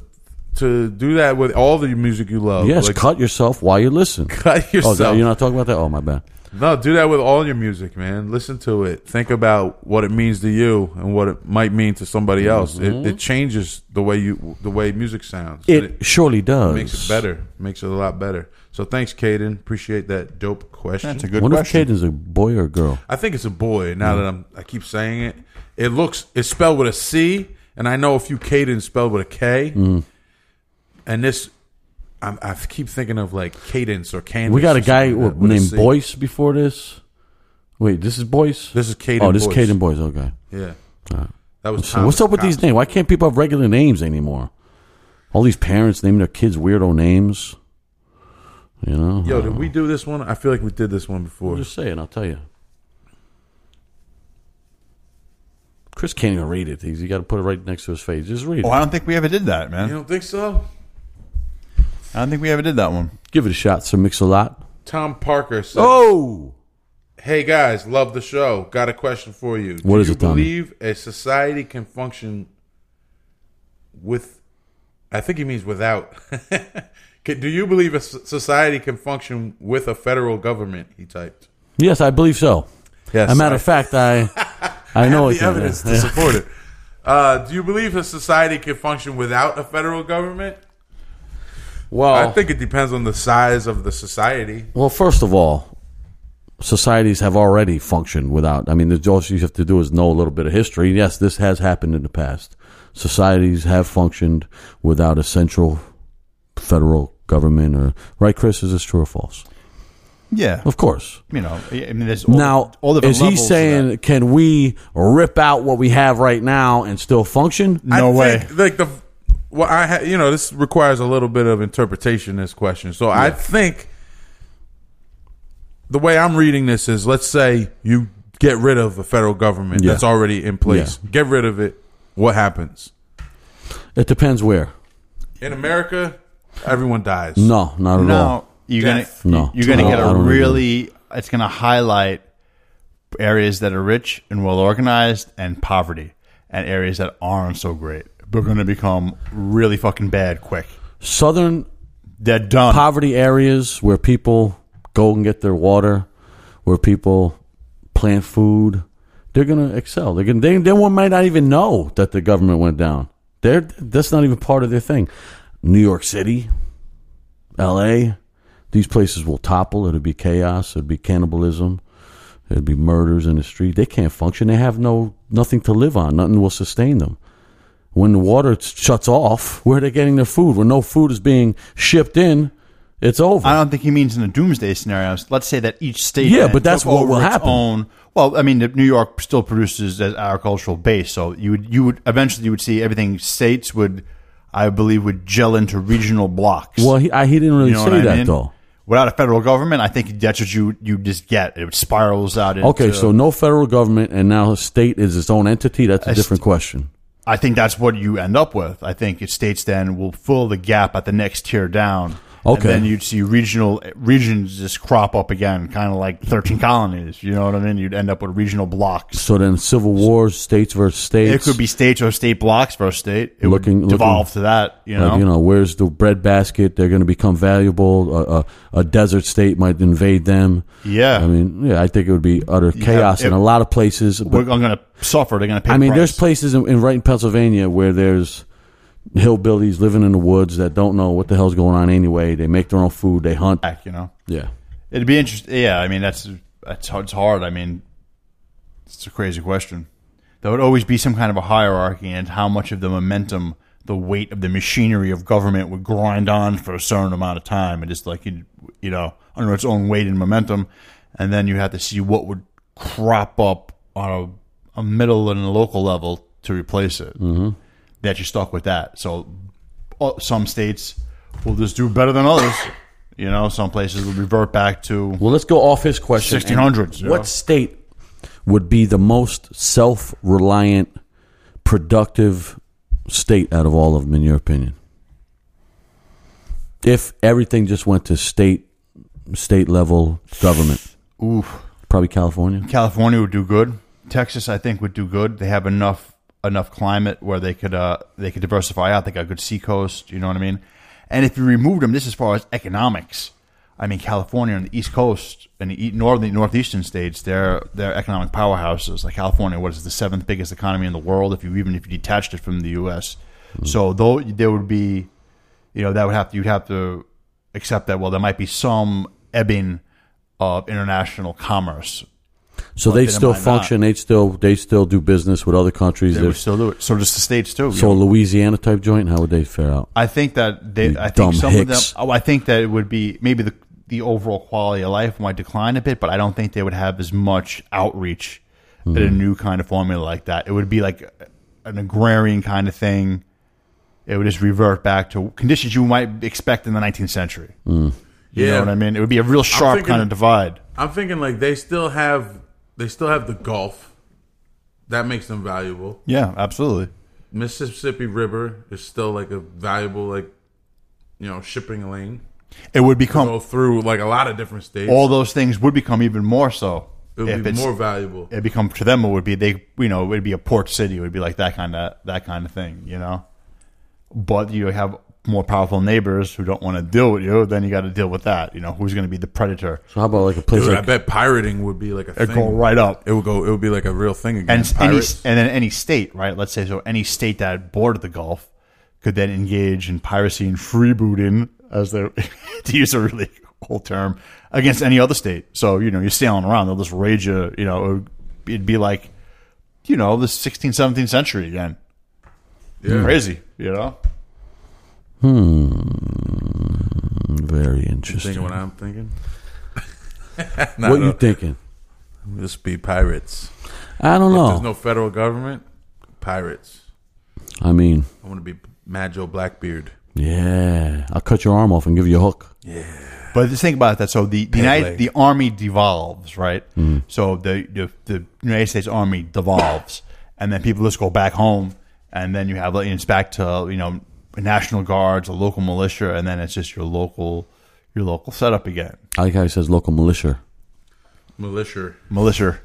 Speaker 5: to do that with all the music you love.
Speaker 4: Yes,
Speaker 5: like,
Speaker 4: cut yourself while you listen.
Speaker 5: Oh, cut
Speaker 4: Oh,
Speaker 5: yourself.
Speaker 4: that, you're not talking about that? Oh, my bad.
Speaker 5: No, do that with all your music, man. Listen to it. Think about what it means to you and what it might mean to somebody else. It, it changes the way you the way music sounds.
Speaker 4: Mm-hmm. It,
Speaker 5: And
Speaker 4: surely does.
Speaker 5: makes it better. Makes it a lot better. So thanks, Caden. Appreciate that dope question.
Speaker 3: That's a good
Speaker 4: wonder
Speaker 3: question.
Speaker 4: if Caden's a boy or a girl.
Speaker 5: I think it's a boy. Now
Speaker 4: Mm-hmm.
Speaker 5: that I'm, I keep saying it. It looks it's spelled with a C, and I know a few Caden spelled with a K.
Speaker 4: Mm-hmm.
Speaker 5: And this, I'm, I keep thinking of like cadence or canvas.
Speaker 4: We got a
Speaker 5: or
Speaker 4: guy
Speaker 5: something like that with a
Speaker 4: named
Speaker 5: C.
Speaker 4: Boyce before this. Wait, this is Boyce?
Speaker 5: This is Caden.
Speaker 4: oh, this
Speaker 5: Boyce.
Speaker 4: is Caden Boyce. Okay.
Speaker 5: Yeah. That was
Speaker 4: So what's
Speaker 5: Thomas
Speaker 4: up with
Speaker 5: Cox.
Speaker 4: these names? Why can't people have regular names anymore? All these parents naming their kids weirdo names. You know?
Speaker 5: Yo, did we do this one? I feel like we did this one before.
Speaker 4: Just saying, I'll tell you. Chris can't even read it. He's, you got to put it right next to his face. Just read it.
Speaker 3: Oh, I don't think we ever did that, man.
Speaker 5: You don't think so?
Speaker 3: I don't think we ever did that one.
Speaker 4: Give it a shot. So mix a lot.
Speaker 5: Tom Parker said,
Speaker 4: Oh,
Speaker 5: "Hey guys, love the show. Got a question for you.
Speaker 4: What
Speaker 5: do
Speaker 4: is
Speaker 5: you
Speaker 4: it, Tommy?
Speaker 5: believe a society can function with? I think he means without. Can- do you believe a s- society can function with a federal government? He typed.
Speaker 4: yes, I believe so.
Speaker 5: Yes.
Speaker 4: As a matter of fact, I I know
Speaker 5: the
Speaker 4: it's not-
Speaker 5: evidence
Speaker 4: yeah.
Speaker 5: to support it. Uh, do you believe a society can function without a federal government?
Speaker 4: Well,
Speaker 5: I think it depends on the size of the society.
Speaker 4: well, first of all, societies have already functioned without. I mean, the all you have to do is know a little bit of history. Yes, this has happened in the past. Societies have functioned without a central federal government, or right, Chris? Is this true or false?
Speaker 3: Yeah,
Speaker 4: Of course.
Speaker 3: you know, I mean, there's all,
Speaker 4: now,
Speaker 3: all different
Speaker 4: is he
Speaker 3: levels to
Speaker 4: saying, can we rip out what we have right now and still function?
Speaker 3: that. no
Speaker 5: I
Speaker 3: way?
Speaker 5: Think, like the well, I ha, you know this requires a little bit of interpretation. This question, so I think the way I'm reading this is, let's say you get rid of a federal government
Speaker 4: Yeah.
Speaker 5: that's already in place. Get rid of it. What happens
Speaker 4: It depends where.
Speaker 5: in America? Everyone dies.
Speaker 4: No, not at all.
Speaker 3: No, you're gonna
Speaker 5: Death.
Speaker 4: No.
Speaker 3: you're gonna
Speaker 4: No,
Speaker 3: get
Speaker 4: I
Speaker 3: a
Speaker 4: don't agree.
Speaker 3: really. It's gonna highlight areas that are rich and well organized and poverty, and areas that aren't so great. They're gonna become really fucking bad quick.
Speaker 4: Southern
Speaker 3: They're done.
Speaker 4: poverty areas where people go and get their water, where people plant food, they're gonna excel. They're gonna they, they one might not even know that the government went down. They're that's not even part of their thing. New York City, L.A. These places will topple. It'll be chaos. It'll be cannibalism. It'll be murders in the street. They can't function. They have no nothing to live on. Nothing will sustain them when the water s- shuts off, where are they getting their food? When no food is being shipped in, it's over.
Speaker 3: I don't think he means in the doomsday scenarios. Let's say that each state,
Speaker 4: Yeah,
Speaker 3: then
Speaker 4: but that's
Speaker 3: took
Speaker 4: what
Speaker 3: over
Speaker 4: will
Speaker 3: its
Speaker 4: happen.
Speaker 3: Own, well, I mean, the- New York still produces as agricultural base, so you would you would eventually you would see everything. States would, I believe, would gel into regional blocks.
Speaker 4: well, he, I, he didn't really
Speaker 3: You know
Speaker 4: say
Speaker 3: what I
Speaker 4: that
Speaker 3: mean?
Speaker 4: though.
Speaker 3: Without a federal government, I think that's what you you just get. It spirals out. Into,
Speaker 4: Okay, so no federal government and now a state is its own entity. That's a
Speaker 3: I
Speaker 4: different question.
Speaker 3: I think that's what you end up with. I think it states then will fill the gap at the next tier down.
Speaker 4: Okay.
Speaker 3: and then you'd see regional regions just crop up again, kind of like thirteen colonies. You know what I mean? You'd end up with regional blocks.
Speaker 4: So then, civil wars, states versus states.
Speaker 3: It could be state or state blocks versus state. It
Speaker 4: Looking-
Speaker 3: would devolve
Speaker 4: looking-
Speaker 3: to that. You know,
Speaker 4: Like, you know, where's the breadbasket? They're going to become valuable. A, a, a desert state might invade them.
Speaker 3: Yeah.
Speaker 4: I mean, yeah, I think it would be utter chaos in
Speaker 3: it-
Speaker 4: a lot of places. but-
Speaker 3: we're going to suffer. They're going to pay.
Speaker 4: I mean,
Speaker 3: the
Speaker 4: there's
Speaker 3: price.
Speaker 4: places in, in right in Pennsylvania where there's hillbillies living in the woods that don't know what the hell's going on anyway. They make their own food. They hunt.
Speaker 3: back. You know,
Speaker 4: Yeah.
Speaker 3: it'd be interesting. Yeah, I mean, that's that's hard- it's hard. I mean, it's a crazy question. There would always be some kind of a hierarchy, and how much of the momentum, the weight of the machinery of government would grind on for a certain amount of time, and just like you, you know, under its own weight and momentum, and then you have to see what would crop up on a, a middle and a local level to replace it. Mm-hmm. That you're stuck with that. So uh, some states will just do better than others. You know, some places will revert back to
Speaker 4: Well, let's go off his question.
Speaker 3: 1600s, yeah.
Speaker 4: What state would be the most self-reliant, productive state out of all of them, in your opinion? If everything just went to state, state level government,
Speaker 3: oof.
Speaker 4: probably California.
Speaker 3: California would do good. Texas, I think, would do good. They have enough enough climate where they could uh, they could diversify out. They got good seacoast. You know what I mean? And if you removed them, this as far as economics, I mean California and the East Coast and the e- northern northeastern states, they're they're economic powerhouses. Like California, what is the seventh biggest economy in the world? If you even if you detached it from the U.S., so though there would be, you know, that would have to you'd have to accept that. Well, there might be some ebbing of international commerce.
Speaker 4: So they
Speaker 3: then it
Speaker 4: still
Speaker 3: might not.
Speaker 4: function. They still they still do business with other countries.
Speaker 3: They would
Speaker 4: There's
Speaker 3: still do it. So does the states too. you
Speaker 4: so a Louisiana type joint. How would they fare out?
Speaker 3: I think that they,
Speaker 4: You
Speaker 3: I think
Speaker 4: dumb
Speaker 3: some
Speaker 4: hicks.
Speaker 3: of them. Oh, I think that it would be maybe the the overall quality of life might decline a bit, but I don't think they would have as much outreach at a
Speaker 4: Hmm.
Speaker 3: new kind of formula like that. It would be like an agrarian kind of thing. It would just revert back to conditions you might expect in the 19th century.
Speaker 4: Hmm.
Speaker 3: You know what I mean? It would be a real sharp
Speaker 5: thinking-
Speaker 3: kind of divide.
Speaker 5: I'm thinking like they still have they still have the Gulf. That makes them valuable.
Speaker 3: Yeah, absolutely.
Speaker 5: Mississippi River is still like a valuable like you know shipping lane.
Speaker 3: It would
Speaker 5: Go
Speaker 3: become
Speaker 5: through like a lot of different states.
Speaker 3: all those things would become even more so.
Speaker 5: it would
Speaker 3: if
Speaker 5: be
Speaker 3: it's-
Speaker 5: more valuable.
Speaker 3: it become to them it would be they you know it would be a port city it would be like that kind of that kind of thing you know but you have more powerful neighbors who don't want to deal with you then you got to deal with that you know who's going to be the predator
Speaker 4: So how about like a place
Speaker 5: Dude, I
Speaker 4: like
Speaker 5: bet pirating would be like a
Speaker 3: it
Speaker 5: thing.
Speaker 3: go right up
Speaker 5: It would go. It would be like a real thing
Speaker 3: and
Speaker 5: again.
Speaker 3: s- any,
Speaker 5: Pirates.
Speaker 3: and then any state right let's say so any state that bordered the gulf could then engage in piracy and freebooting as they to use a really old term against any other state so you know you're sailing around they'll just raid you you know it would- it'd be like you know the 16th 17th century again
Speaker 5: Yeah.
Speaker 3: crazy, you know.
Speaker 4: very
Speaker 5: Thinking
Speaker 4: interesting.
Speaker 5: what I'm thinking.
Speaker 4: What you thinking?
Speaker 5: Just be pirates.
Speaker 4: I don't know.
Speaker 5: There's no federal government. Pirates.
Speaker 4: I mean,
Speaker 5: I want to be Mad Joe Blackbeard.
Speaker 4: yeah, I'll cut your arm off and give you a hook.
Speaker 3: But just think about that. So the, the United the army devolves, right?
Speaker 5: Hmm.
Speaker 3: So the, the the United States Army devolves, and then people just go back home, and then you have like, it's back to you know national guards, a local militia, and then it's just your local your local setup again.
Speaker 4: I like how he says local militia.
Speaker 5: Militia.
Speaker 3: Militia.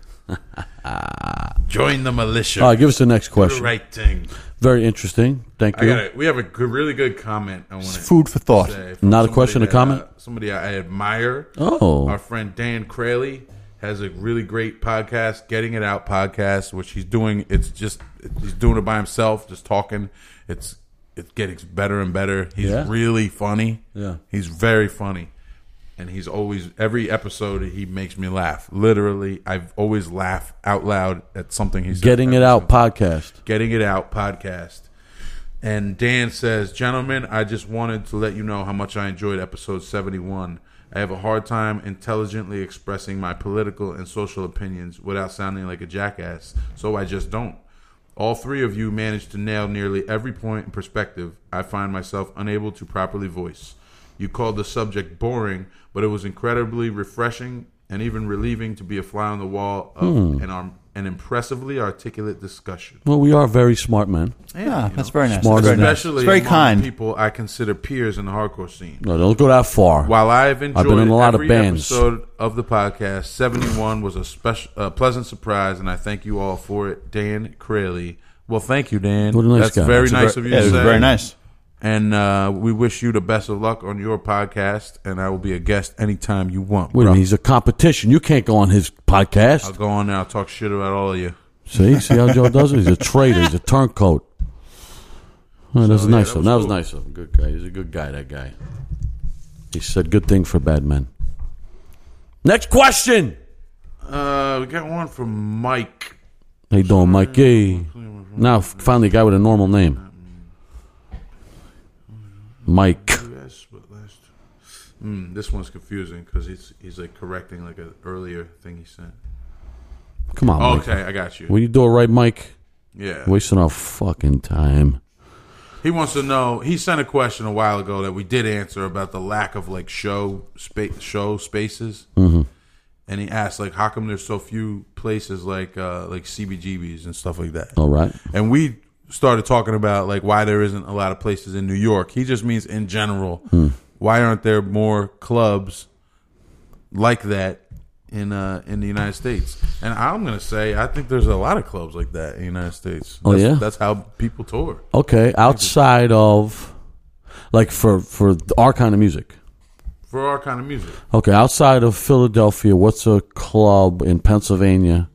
Speaker 5: Join the militia.
Speaker 4: All right, give us the next
Speaker 5: the
Speaker 4: question.
Speaker 5: right thing.
Speaker 4: Very interesting. Thank
Speaker 5: I
Speaker 4: you.
Speaker 5: got it. We have a good, really good comment. I want to
Speaker 3: Food for thought.
Speaker 5: Say from
Speaker 4: Not a
Speaker 5: somebody
Speaker 4: question, a
Speaker 5: that,
Speaker 4: comment?
Speaker 5: uh, somebody I admire.
Speaker 4: Oh.
Speaker 5: Our friend Dan Crayley has a really great podcast, Getting It Out podcast, which he's doing. It's just he's doing it by himself, just talking. It's it gets better and better. He's
Speaker 4: Yeah?
Speaker 5: really funny.
Speaker 4: Yeah.
Speaker 5: he's very funny, and he's always every episode he makes me laugh. Literally, I've always laugh out loud at something he's
Speaker 4: Getting it out podcast.
Speaker 5: Getting It Out podcast. And Dan says, Gentlemen, I just wanted to let you know how much I enjoyed episode 71. I have a hard time intelligently expressing my political and social opinions without sounding like a jackass, so I just don't. All three of you managed to nail nearly every point and perspective I find myself unable to properly voice. You called the subject boring, but it was incredibly refreshing and even relieving to be a fly on the wall of an, arm, an impressively articulate discussion.
Speaker 4: Well, we are very smart men.
Speaker 3: Yeah, that's very nice.
Speaker 4: Smarter
Speaker 3: That's very
Speaker 4: than-
Speaker 3: nice.
Speaker 5: especially
Speaker 3: It's very
Speaker 5: among
Speaker 3: kind.
Speaker 5: people I consider peers in the hardcore scene.
Speaker 4: No, don't go that far.
Speaker 5: While I've enjoyed
Speaker 4: been in a lot of
Speaker 5: every
Speaker 4: bands.
Speaker 5: episode of the podcast, 71 was a special, a pleasant surprise, and I thank you all for it, Dan Crayley. Well, thank you, Dan.
Speaker 4: What a nice
Speaker 5: That's
Speaker 4: guy.
Speaker 5: very
Speaker 4: That's
Speaker 5: nice
Speaker 3: Very-
Speaker 5: of you.
Speaker 3: yeah,
Speaker 5: to
Speaker 3: it was
Speaker 5: say.
Speaker 3: very nice.
Speaker 5: And uh, we wish you the best of luck on your podcast, and I will be a guest anytime you want.
Speaker 4: Wait a
Speaker 5: bro.
Speaker 4: minute, he's a competition. You can't go on his
Speaker 5: I'll
Speaker 4: podcast.
Speaker 5: go on there. I'll talk shit about all of you.
Speaker 4: See, see how Joe does it. He's a traitor. He's a turncoat. Oh, that's
Speaker 5: So, yeah,
Speaker 4: nice of
Speaker 5: that
Speaker 4: him. That was
Speaker 5: was cool.
Speaker 4: nice of him. Good guy. He's a good guy. That guy. He said good thing for bad men. Next question.
Speaker 5: Uh, we got one from Mike.
Speaker 4: How you doing, Mikey? Now, finally, a guy with a normal name. Mike.
Speaker 5: Yes, but last. Mm, this one's confusing because he's he's like correcting like an earlier thing he sent.
Speaker 4: Come on, Mike.
Speaker 5: okay, I got you.
Speaker 4: Will you do it right, Mike?
Speaker 5: yeah,
Speaker 4: Wasting our fucking time.
Speaker 5: he wants to know. He sent a question a while ago that we did answer about the lack of like show space show spaces. Mm-hmm. And he asked like, how come there's so few places like uh like CBGBs and stuff like that?
Speaker 4: All Oh, right.
Speaker 5: and we started talking about like why there isn't a lot of places in New York. He just means in
Speaker 4: Hmm.
Speaker 5: general. Why aren't there more clubs like that in uh, in the United States. And I'm gonna say I think there's a lot of clubs like that in the United States.
Speaker 4: Oh,
Speaker 5: That's-
Speaker 4: yeah?
Speaker 5: that's how people tour.
Speaker 4: Okay, outside of like for for our kind of music.
Speaker 5: for our kind of music.
Speaker 4: Okay, outside of Philadelphia, what's a club in Pennsylvania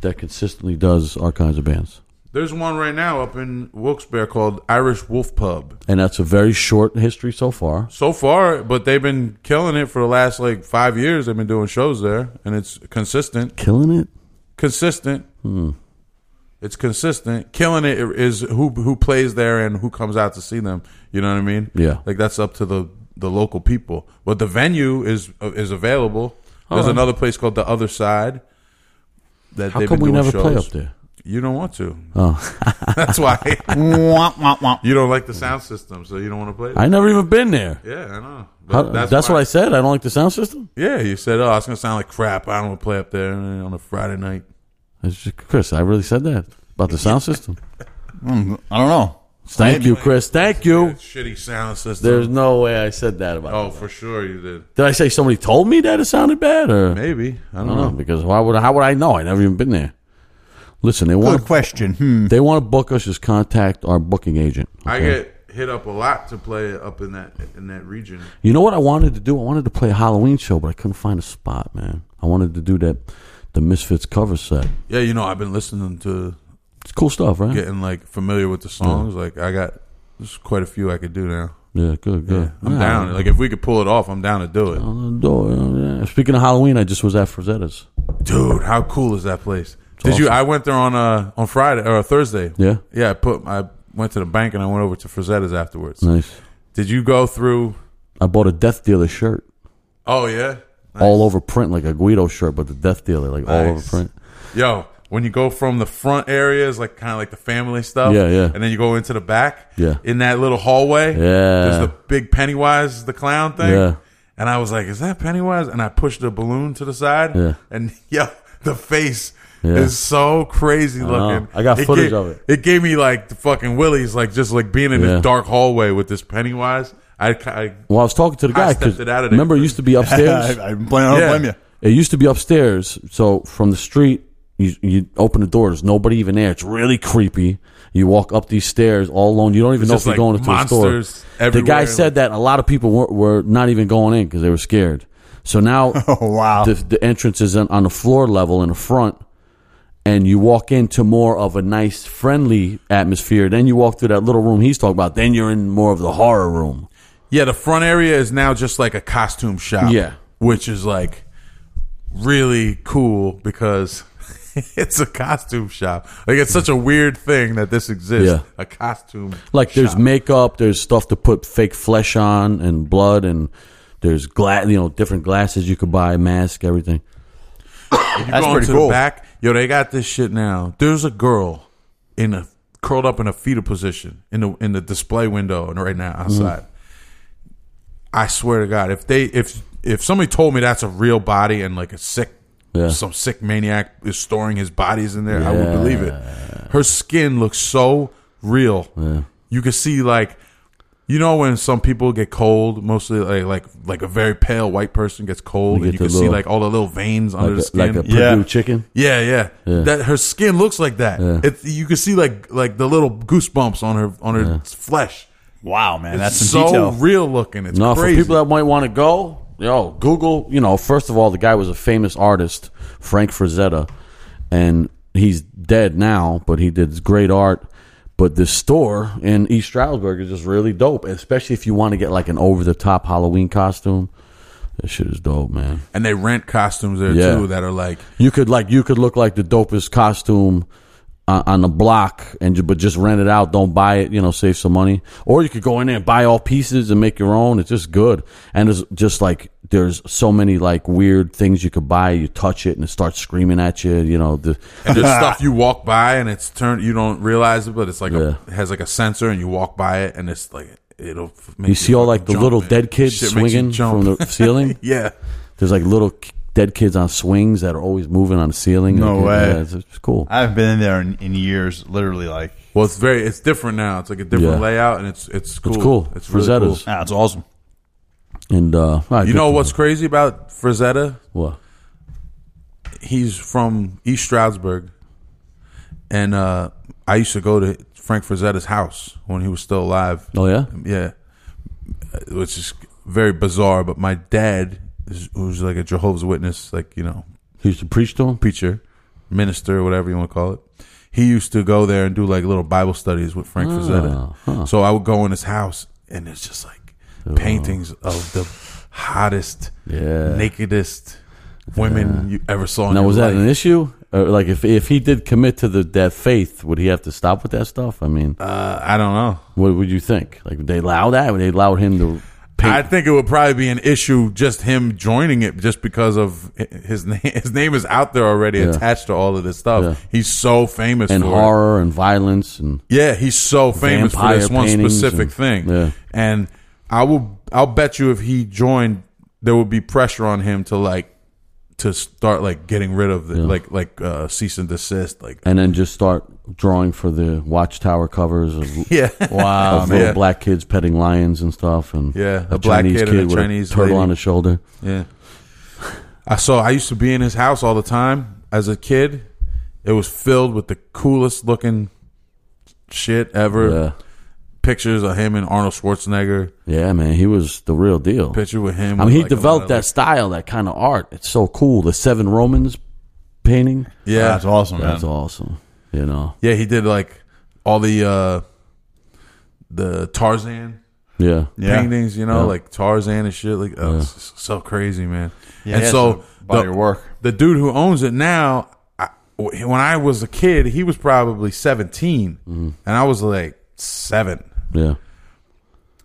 Speaker 4: that consistently does our kinds of bands?
Speaker 5: There's one right now up in Wilkes-Barre called Irish Wolf Pub.
Speaker 4: And that's a very short history so far.
Speaker 5: So far, but they've been killing it for the last like five years. They've been doing shows there, and it's consistent.
Speaker 4: Killing it.
Speaker 5: Consistent.
Speaker 4: Hmm.
Speaker 5: It's consistent. Killing it is who who plays there and who comes out to see them. You know what I mean?
Speaker 4: Yeah.
Speaker 5: Like that's up to the the local people. But the venue is is available. There's
Speaker 4: Alright.
Speaker 5: another place called the Other Side. That
Speaker 4: How
Speaker 5: they've
Speaker 4: come we
Speaker 5: been doing
Speaker 4: never play
Speaker 5: shows.
Speaker 4: up there?
Speaker 5: You don't want to. Oh, that's why.
Speaker 3: Womp, womp, womp.
Speaker 5: You don't like the sound system, so you don't want to play. It.
Speaker 4: I never even been there.
Speaker 5: yeah, I know. But
Speaker 4: How- that's
Speaker 5: why-
Speaker 4: what I said. I don't like the sound system.
Speaker 5: Yeah, you said, "Oh, it's gonna sound like crap. I don't want to play up there eh, on a Friday night."
Speaker 4: It's just- Chris, I really said that about the sound system.
Speaker 3: I don't know.
Speaker 4: Thank you, Chris. Thank you.
Speaker 5: That shitty sound system.
Speaker 4: There's no way I said that about.
Speaker 5: oh, for sure you did.
Speaker 4: Did I say somebody told me that it sounded bad, or
Speaker 5: Maybe I don't,
Speaker 4: I don't know?
Speaker 5: know.
Speaker 4: Because why would how would I know? I never even been there. Listen, they want
Speaker 3: Good question. Hmm.
Speaker 4: they want to book us. Just contact our booking agent.
Speaker 5: I
Speaker 4: okay?
Speaker 5: get hit up a lot to play up in that in that region.
Speaker 4: You know what I wanted to do? I wanted to play a Halloween show, but I couldn't find a spot, man. I wanted to do that, the Misfits cover set.
Speaker 5: Yeah, you know, I've been listening to
Speaker 4: It's cool stuff, right?
Speaker 5: getting like familiar with the songs. Like I got there's quite a few I could do now.
Speaker 4: Yeah, good, good.
Speaker 5: I'm
Speaker 4: Yeah.
Speaker 5: down. Like if we could pull it off, I'm down to do it.
Speaker 4: Uh, do- uh, Speaking of Halloween, I just was at Frazetta's.
Speaker 5: Dude, how cool is that place? Did you? I went there on uh on Friday or Thursday.
Speaker 4: Yeah.
Speaker 5: yeah. I put I went to the bank and I went over to Frazetta's afterwards.
Speaker 4: Nice.
Speaker 5: Did you go through?
Speaker 4: I bought a Death Dealer shirt,
Speaker 5: Oh yeah,
Speaker 4: all over print, like a Guido shirt, but the Death Dealer, like all over
Speaker 5: Nice.
Speaker 4: print.
Speaker 5: yo. When you go from the front areas, like kind of like the family stuff,
Speaker 4: Yeah, yeah.
Speaker 5: and then you go into the back,
Speaker 4: Yeah.
Speaker 5: in that little hallway, yeah, there's the big Pennywise the clown thing,
Speaker 4: Yeah.
Speaker 5: and I was like, is that Pennywise? And I pushed the balloon to the side,
Speaker 4: Yeah.
Speaker 5: and yo, the face.
Speaker 4: Yeah.
Speaker 5: is so crazy
Speaker 4: know.
Speaker 5: looking.
Speaker 4: I got footage
Speaker 5: gave-
Speaker 4: of it.
Speaker 5: It gave me like the fucking willies, like just like being in
Speaker 4: Yeah.
Speaker 5: this dark hallway with this Pennywise. I, I
Speaker 4: Well, I was talking to the
Speaker 5: I
Speaker 4: guy
Speaker 5: stepped
Speaker 4: because
Speaker 5: it out of there.
Speaker 4: remember it used to be upstairs.
Speaker 3: I, I, blame, I don't
Speaker 5: Yeah.
Speaker 3: blame you.
Speaker 4: It used to be upstairs. So from the street, you you open the door. There's nobody even there. It's really creepy. You walk up these stairs all alone. You don't even know if
Speaker 5: just
Speaker 4: you're
Speaker 5: like
Speaker 4: going into a store.
Speaker 5: monsters
Speaker 4: The guy
Speaker 5: everywhere.
Speaker 4: said that a lot of people were, were not even going in because they were scared. So now
Speaker 3: Oh,
Speaker 5: Ah.
Speaker 3: wow.
Speaker 4: the, the entrance is on, on the floor level in the front, and you walk into more of a nice, friendly atmosphere. Then you walk through that little room he's talking about. Then you're in more of the horror room.
Speaker 5: Yeah, the front area is now just like a costume shop.
Speaker 4: Yeah.
Speaker 5: Which is like really cool because it's a costume shop. Like it's such a weird thing that this exists.
Speaker 4: Yeah.
Speaker 5: A costume.
Speaker 4: Like there's
Speaker 5: shop.
Speaker 4: makeup, there's stuff to put fake flesh on and blood, and there's glass, you know, different glasses you could buy, mask, everything.
Speaker 5: you
Speaker 3: That's
Speaker 5: go
Speaker 3: pretty
Speaker 5: into
Speaker 3: cool.
Speaker 5: the back. Yo, they got this shit now. There's a girl in a curled up in a fetal position in the in the display window and right now
Speaker 4: Mm-hmm.
Speaker 5: outside. I swear to God, if they if if somebody told me that's a real body and like a sick
Speaker 4: Yeah.
Speaker 5: some sick maniac is storing his bodies in there, I would
Speaker 4: Yeah.
Speaker 5: believe it. Her skin looks so real. You could see like you know when some people get cold, mostly like like like a very pale white person gets cold,
Speaker 4: You get
Speaker 5: and you
Speaker 4: the
Speaker 5: can see
Speaker 4: little-
Speaker 5: like all the little veins under
Speaker 4: Like
Speaker 5: the
Speaker 4: a,
Speaker 5: skin.
Speaker 4: like a Purdue
Speaker 3: Yeah.
Speaker 4: chicken.
Speaker 5: Yeah, yeah, That her skin looks like that.
Speaker 4: Yeah.
Speaker 5: It's you can see like like the little goosebumps on her on her flesh.
Speaker 3: Wow, man. That's
Speaker 5: it's
Speaker 3: in
Speaker 5: so
Speaker 3: detail.
Speaker 5: real looking. It's
Speaker 4: No,
Speaker 5: crazy.
Speaker 4: for people that might want to go, yo, Google. You know, first of all, the guy was a famous artist, Frank Frazetta, and he's dead now, but he did great art. But this store in East Stroudsburg is just really dope, especially if you want to get like an over the top Halloween costume. That shit is dope, man.
Speaker 5: and they rent costumes there
Speaker 4: Yeah.
Speaker 5: too that are like
Speaker 4: You could like you could look like the dopest costume uh, on the block, and ju- but just rent it out. Don't buy it. You know, save some money. Or you could go in there and buy all pieces and make your own. It's just good, and it's just like there's so many like weird things you could buy. You touch it and it starts screaming at you. You know, the,
Speaker 5: and there's stuff you walk by and it's turned. You don't realize it, but it's like a, it has like a sensor, and you walk by it, and it's like it'll. f- Make
Speaker 4: you see all like the
Speaker 5: jump,
Speaker 4: little
Speaker 5: man.
Speaker 4: dead kids
Speaker 5: Shit makes
Speaker 4: swinging
Speaker 5: you jump.
Speaker 4: from the ceiling.
Speaker 5: yeah.
Speaker 4: There's like little k- dead kids on swings that are always moving on the ceiling.
Speaker 3: No
Speaker 4: Like,
Speaker 3: way.
Speaker 4: yeah, it's, it's cool.
Speaker 3: I haven't been in there in, in years, literally. Like,
Speaker 5: Well, it's very it's different now. It's like a different
Speaker 4: Yeah.
Speaker 5: layout, and it's it's cool.
Speaker 4: cool.
Speaker 5: It's really cool.
Speaker 4: Frazetta's.
Speaker 3: ah, it's awesome.
Speaker 4: And uh, all right,
Speaker 5: You
Speaker 4: good
Speaker 5: know
Speaker 4: to-
Speaker 5: what's crazy about Frazetta?
Speaker 4: what?
Speaker 5: he's from East Stroudsburg, and uh, I used to go to Frank Frazetta's house when he was still alive.
Speaker 4: Oh yeah,
Speaker 5: Yeah, which is very bizarre. But my dad, is, who's like a Jehovah's Witness, like you know,
Speaker 4: he used to preach to him.
Speaker 5: preacher, minister, whatever you want to call it. He used to go there and do like little Bible studies with
Speaker 4: Ah,
Speaker 5: Frank Frazetta. So I would go in his house, and it's just like
Speaker 4: Oh.
Speaker 5: paintings of the hottest,
Speaker 4: Yeah.
Speaker 5: nakedest women you ever saw. in
Speaker 4: Now
Speaker 5: your
Speaker 4: was that
Speaker 5: life.
Speaker 4: an issue? Or, like if if he did commit to the that faith, would he have to stop with that stuff? I mean,
Speaker 5: Uh, I don't know.
Speaker 4: what would you think? Like would they allow that? Would they allow him to?
Speaker 5: I think it would probably be an issue just him joining it, just because of hi- his name. His name is out there already,
Speaker 4: Yeah.
Speaker 5: attached to all of this stuff.
Speaker 4: Yeah.
Speaker 5: He's so famous
Speaker 4: And
Speaker 5: for it.
Speaker 4: horror and violence and
Speaker 5: Yeah, he's so famous for
Speaker 4: Vampire
Speaker 5: this one
Speaker 4: paintings
Speaker 5: specific
Speaker 4: and-
Speaker 5: thing.
Speaker 4: yeah.
Speaker 5: And I will I'll bet you if he joined there would be pressure on him to like to start like getting rid of the like like uh cease and desist like
Speaker 4: and then just start drawing for the watchtower covers of
Speaker 5: yeah.
Speaker 4: of
Speaker 3: Wow,
Speaker 4: little
Speaker 5: yeah.
Speaker 4: black kids petting lions and stuff and
Speaker 5: Yeah, a black kid and a
Speaker 4: with
Speaker 5: Chinese
Speaker 4: turtle
Speaker 5: lady.
Speaker 4: on his shoulder.
Speaker 5: yeah. I saw I used to be in his house all the time as a kid. It was filled with the coolest looking shit ever.
Speaker 4: Yeah,
Speaker 5: Pictures of him and Arnold Schwarzenegger.
Speaker 4: yeah, man, he was the real deal.
Speaker 5: Picture with him.
Speaker 4: I
Speaker 5: with,
Speaker 4: mean, he
Speaker 5: like, a lot
Speaker 4: developed
Speaker 5: of,
Speaker 4: that
Speaker 5: like-
Speaker 4: style, that kind of art. It's so cool. The Seven Romans painting.
Speaker 5: yeah,
Speaker 3: That's awesome, man.
Speaker 4: That's awesome. You know.
Speaker 5: Yeah, he did like all the uh the Tarzan
Speaker 4: Yeah.
Speaker 3: Yeah.
Speaker 5: paintings, you know,
Speaker 4: Yeah.
Speaker 5: like Tarzan and shit. Like, oh, it's just so crazy, man. and
Speaker 3: yeah,
Speaker 5: so
Speaker 3: so buy
Speaker 5: the,
Speaker 3: your work.
Speaker 5: the dude who owns it now, I, when I was a kid, he was probably seventeen,
Speaker 4: Mm-hmm.
Speaker 5: and I was like seven.
Speaker 4: Yeah.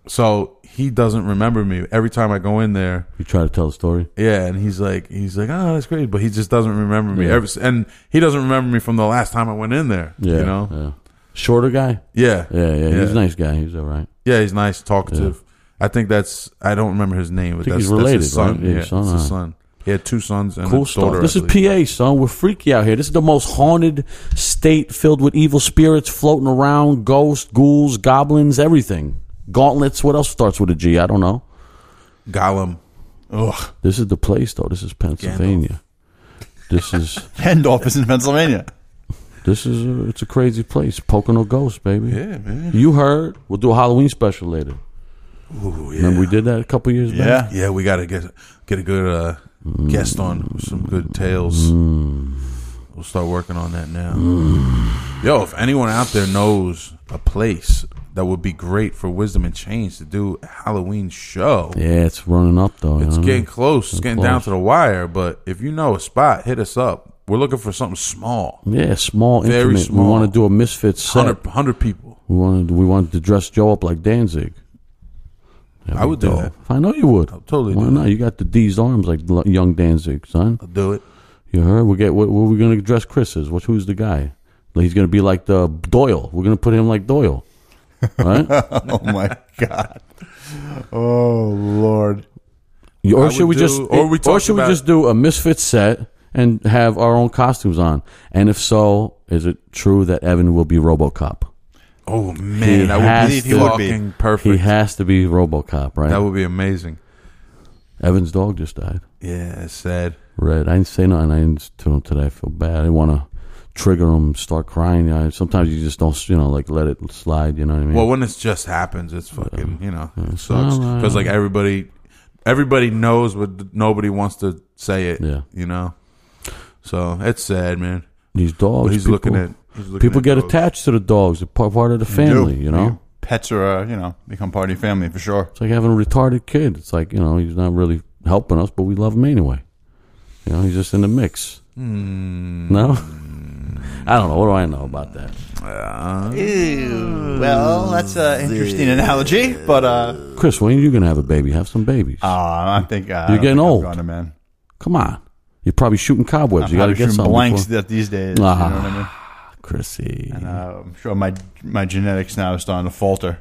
Speaker 5: So he doesn't remember me. Every time I go in there,
Speaker 4: You try to tell the story.
Speaker 5: yeah, and he's like, he's like, oh, that's crazy, but he just doesn't remember me. Ever, and he doesn't remember me from the last time I went in there.
Speaker 4: Yeah.
Speaker 5: you know,
Speaker 4: Yeah. Shorter guy.
Speaker 5: yeah,
Speaker 4: Yeah. Yeah. He's a nice guy. He's all right.
Speaker 5: Yeah, he's nice, talkative. I think that's I don't remember his name, but
Speaker 4: think
Speaker 5: that's,
Speaker 4: he's
Speaker 5: that's his
Speaker 4: related, right?
Speaker 5: son.
Speaker 4: Yeah,
Speaker 5: Yeah,
Speaker 4: his son,
Speaker 5: it's his
Speaker 4: huh?
Speaker 5: son. He had two sons and
Speaker 4: Cool
Speaker 5: a daughter.
Speaker 4: stuff. This
Speaker 5: I
Speaker 4: is
Speaker 5: believe.
Speaker 4: PA, son. We're freaky out here. This is the most haunted state filled with evil spirits floating around, ghosts, ghouls, goblins, everything. Gauntlets. What else starts with a G? I don't know.
Speaker 5: Gollum.
Speaker 3: Ugh.
Speaker 4: This is the place, though. This is Pennsylvania. This is
Speaker 3: Hendorf is in Pennsylvania.
Speaker 4: this is a, it's a crazy place. Pocono Ghost, baby. Yeah, man. You heard? We'll do a Halloween special later.
Speaker 5: Ooh, yeah.
Speaker 4: Remember we did that a couple years back.
Speaker 3: Yeah.
Speaker 5: yeah, we gotta get get a good uh, guest on with some good tales. We'll start working on that now. Yo, if anyone out there knows a place that would be great for Wisdom and Change to do a Halloween show.
Speaker 4: Yeah, it's running up though.
Speaker 5: It's
Speaker 4: you know?
Speaker 5: getting close. It's getting down
Speaker 4: close.
Speaker 5: to the wire. But if you know a spot, hit us up. We're looking for something small.
Speaker 4: yeah, small,
Speaker 5: Very
Speaker 4: intimate.
Speaker 5: small.
Speaker 4: We want to do a misfit set.
Speaker 5: 100, 100 people.
Speaker 4: We wanted we wanted to dress Joe up like Danzig.
Speaker 5: I would do that.
Speaker 4: I know you would.
Speaker 5: I'll totally
Speaker 4: Why
Speaker 5: do
Speaker 4: not? You got the D's arms like l- young Danzig, son.
Speaker 5: I'll do it.
Speaker 4: You heard? We get what, what we gonna dress Chris as? What who's the guy? Like, He's gonna be like the Doyle. We're gonna put him like Doyle. Right?
Speaker 3: Oh my god. Oh lord.
Speaker 4: You-
Speaker 5: I
Speaker 4: or should
Speaker 5: would
Speaker 4: we
Speaker 5: do-
Speaker 4: just
Speaker 5: or we
Speaker 4: or
Speaker 5: talked
Speaker 4: should we
Speaker 5: about-
Speaker 4: just do a misfit set and have our own costumes on? And if so, is it true that Evan will be RoboCop?
Speaker 5: Oh man,
Speaker 4: He
Speaker 5: that would
Speaker 4: has
Speaker 5: be
Speaker 4: to.
Speaker 5: fucking perfect.
Speaker 4: He has to be RoboCop, right?
Speaker 5: that would be amazing.
Speaker 4: Evan's dog just died.
Speaker 5: Yeah, it's sad.
Speaker 4: Right. I didn't say nothing. I didn't to him today. I feel bad. I didn't want to trigger him, start crying. I, sometimes you just don't, you know, like let it slide. You know what I mean?
Speaker 5: Well, when it just happens, it's fucking you know it sucks
Speaker 4: Alright.
Speaker 5: because like everybody, everybody knows, but nobody wants to say it.
Speaker 4: Yeah.
Speaker 5: you know. So it's sad, man.
Speaker 4: These dogs.
Speaker 5: But he's
Speaker 4: people,
Speaker 5: looking at he's looking
Speaker 4: people
Speaker 5: at
Speaker 4: get
Speaker 5: those.
Speaker 4: attached to the dogs. They're part, part of the family.
Speaker 3: Dude,
Speaker 4: You know,
Speaker 3: Pets are, uh, you know, become part of your family for sure.
Speaker 4: it's like having a retarded kid. It's like you know, he's not really helping us, but we love him anyway. You know, he's just in the mix.
Speaker 3: Hmm.
Speaker 4: No, I don't know. What do I know about that?
Speaker 3: Well, that's an interesting analogy, but uh,
Speaker 4: Chris, when are you gonna have a baby? Have some babies.
Speaker 3: I think uh,
Speaker 4: You're getting old.
Speaker 3: going man.
Speaker 4: Come on, you're probably shooting cobwebs.
Speaker 3: I'm
Speaker 4: you got to
Speaker 3: probably
Speaker 4: get
Speaker 3: shooting
Speaker 4: something.
Speaker 3: blanks
Speaker 4: before-
Speaker 3: that these days. You know what I mean?
Speaker 4: Chrissy.
Speaker 3: Uh, I'm sure my my genetics now is starting to falter.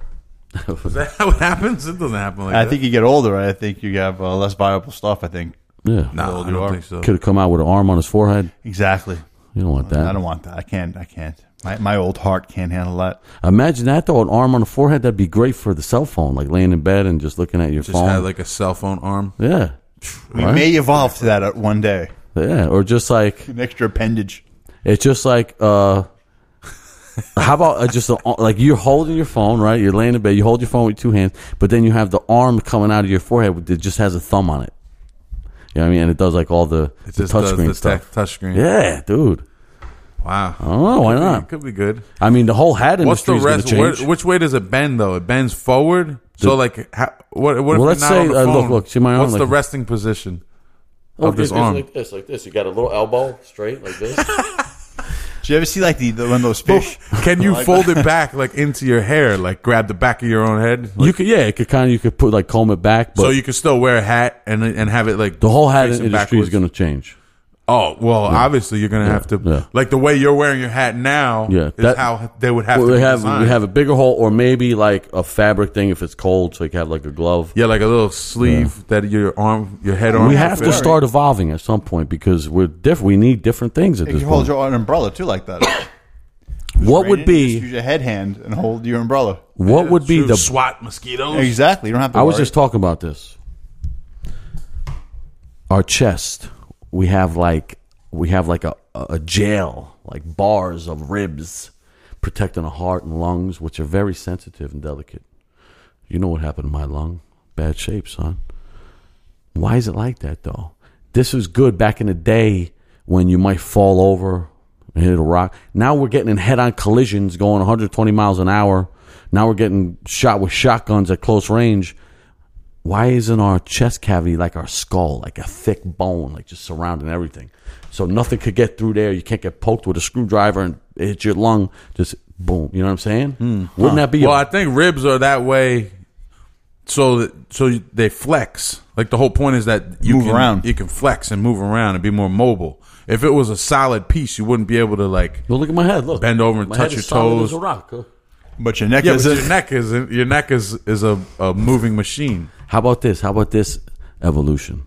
Speaker 5: Is that how it happens? It doesn't happen like
Speaker 3: I
Speaker 5: that.
Speaker 3: think you get older. I think you have uh, less viable stuff. I think
Speaker 4: yeah.
Speaker 5: no,
Speaker 3: old
Speaker 5: I
Speaker 3: you
Speaker 5: don't
Speaker 3: are.
Speaker 5: think so.
Speaker 4: Could have come out with an arm on his forehead.
Speaker 3: exactly.
Speaker 4: You don't want that.
Speaker 3: I don't want that. I can't. I can't. My my old heart can't handle that.
Speaker 4: Imagine that though, an arm on the forehead. That'd be great for the cell phone, like laying in bed and just looking at your
Speaker 5: Just
Speaker 4: phone.
Speaker 5: had like a cell phone arm.
Speaker 4: yeah,
Speaker 3: We
Speaker 4: Right?
Speaker 3: may evolve to that at one day.
Speaker 4: Yeah, or just like
Speaker 3: An extra appendage.
Speaker 4: it's just like uh how about uh, just a, like you're holding your phone, right? You're laying in bed, you hold your phone with two hands, but then you have the arm coming out of your forehead with- that just has a thumb on it. You know what I mean? And it does like all the,
Speaker 5: It
Speaker 4: the
Speaker 5: just does
Speaker 4: touchscreen
Speaker 5: the
Speaker 4: stuff.
Speaker 5: tech- touchscreen.
Speaker 4: yeah, dude.
Speaker 5: Wow.
Speaker 4: Oh, why not?
Speaker 5: Could be good.
Speaker 4: I mean, the whole hat
Speaker 5: What's the
Speaker 4: industry is going
Speaker 5: rest?
Speaker 4: to
Speaker 5: Where,
Speaker 4: change.
Speaker 5: which way does it bend though? It bends forward. So like, how, what? What if
Speaker 4: Well,
Speaker 5: you're
Speaker 4: let's
Speaker 5: not
Speaker 4: say,
Speaker 5: on the
Speaker 4: uh,
Speaker 5: phone?
Speaker 4: look, look, see my arm
Speaker 5: What's the
Speaker 4: like-
Speaker 5: resting position
Speaker 4: Oh,
Speaker 5: of this
Speaker 4: it's
Speaker 5: arm?
Speaker 4: like this, like this. You got a little elbow straight, like this.
Speaker 3: Did you ever see like the, the one of those
Speaker 5: Oh.
Speaker 3: fish?
Speaker 5: Can you fold it back like into your hair? Like grab the back of your own head.
Speaker 4: you could, yeah, it could kind of you could put like comb it back, but
Speaker 5: so you can still wear a hat and and have it like
Speaker 4: the whole hat
Speaker 5: facing
Speaker 4: industry
Speaker 5: backwards.
Speaker 4: is going to change.
Speaker 5: Oh well, obviously you're gonna have to
Speaker 4: yeah.
Speaker 5: like the way you're wearing your hat now.
Speaker 4: Yeah,
Speaker 5: is
Speaker 4: that-
Speaker 5: how they would have
Speaker 4: Well,
Speaker 5: to
Speaker 4: they have
Speaker 5: design.
Speaker 4: we have a bigger hole, or maybe like a fabric thing if it's cold, so you can have like a glove.
Speaker 5: yeah, like a little sleeve that your arm, your head arm.
Speaker 4: we
Speaker 5: would
Speaker 4: have to
Speaker 5: fit.
Speaker 4: start evolving at some point because we're different. We need different things at
Speaker 3: You
Speaker 4: this
Speaker 3: can hold
Speaker 4: point.
Speaker 3: your an umbrella too, like that.
Speaker 4: What
Speaker 3: Right?
Speaker 4: would
Speaker 3: Just
Speaker 4: be
Speaker 3: use your head hand and hold your umbrella?
Speaker 4: what would be
Speaker 5: Shoot,
Speaker 4: the?
Speaker 5: SWAT mosquitoes.
Speaker 3: Exactly. You don't have to.
Speaker 4: I was
Speaker 3: worry.
Speaker 4: just talking about this. Our chest, we have like we have like a a jail, like bars of ribs protecting the heart and lungs, which are very sensitive and delicate. You know what happened to my lung? Bad shape, son. Why is it like that though? This was good back in the day when you might fall over and hit a rock. Now we're getting in head-on collisions going 120 miles an hour. Now we're getting shot with shotguns at close range. Why isn't our chest cavity like our skull, like a thick bone, like just surrounding everything? So nothing could get through there. You can't get poked with a screwdriver and hit your lung. Just boom. You know what I'm saying? Wouldn't that be? a-
Speaker 5: Hmm. Well, I think ribs are that way, so that so you- they flex. Like the whole point is that you
Speaker 3: Move
Speaker 5: can,
Speaker 3: around.
Speaker 5: You can flex and move around and be more mobile. If it was a solid piece, you wouldn't be able to like.
Speaker 4: Well, look at my head. Look,
Speaker 5: Bend over and
Speaker 4: My
Speaker 5: touch
Speaker 4: head is
Speaker 5: your
Speaker 4: solid
Speaker 5: toes.
Speaker 4: as a rock. huh?
Speaker 3: But your neck
Speaker 5: Yeah,
Speaker 3: is
Speaker 5: but your neck is your neck is is a, a moving machine.
Speaker 4: How about this? How about this evolution?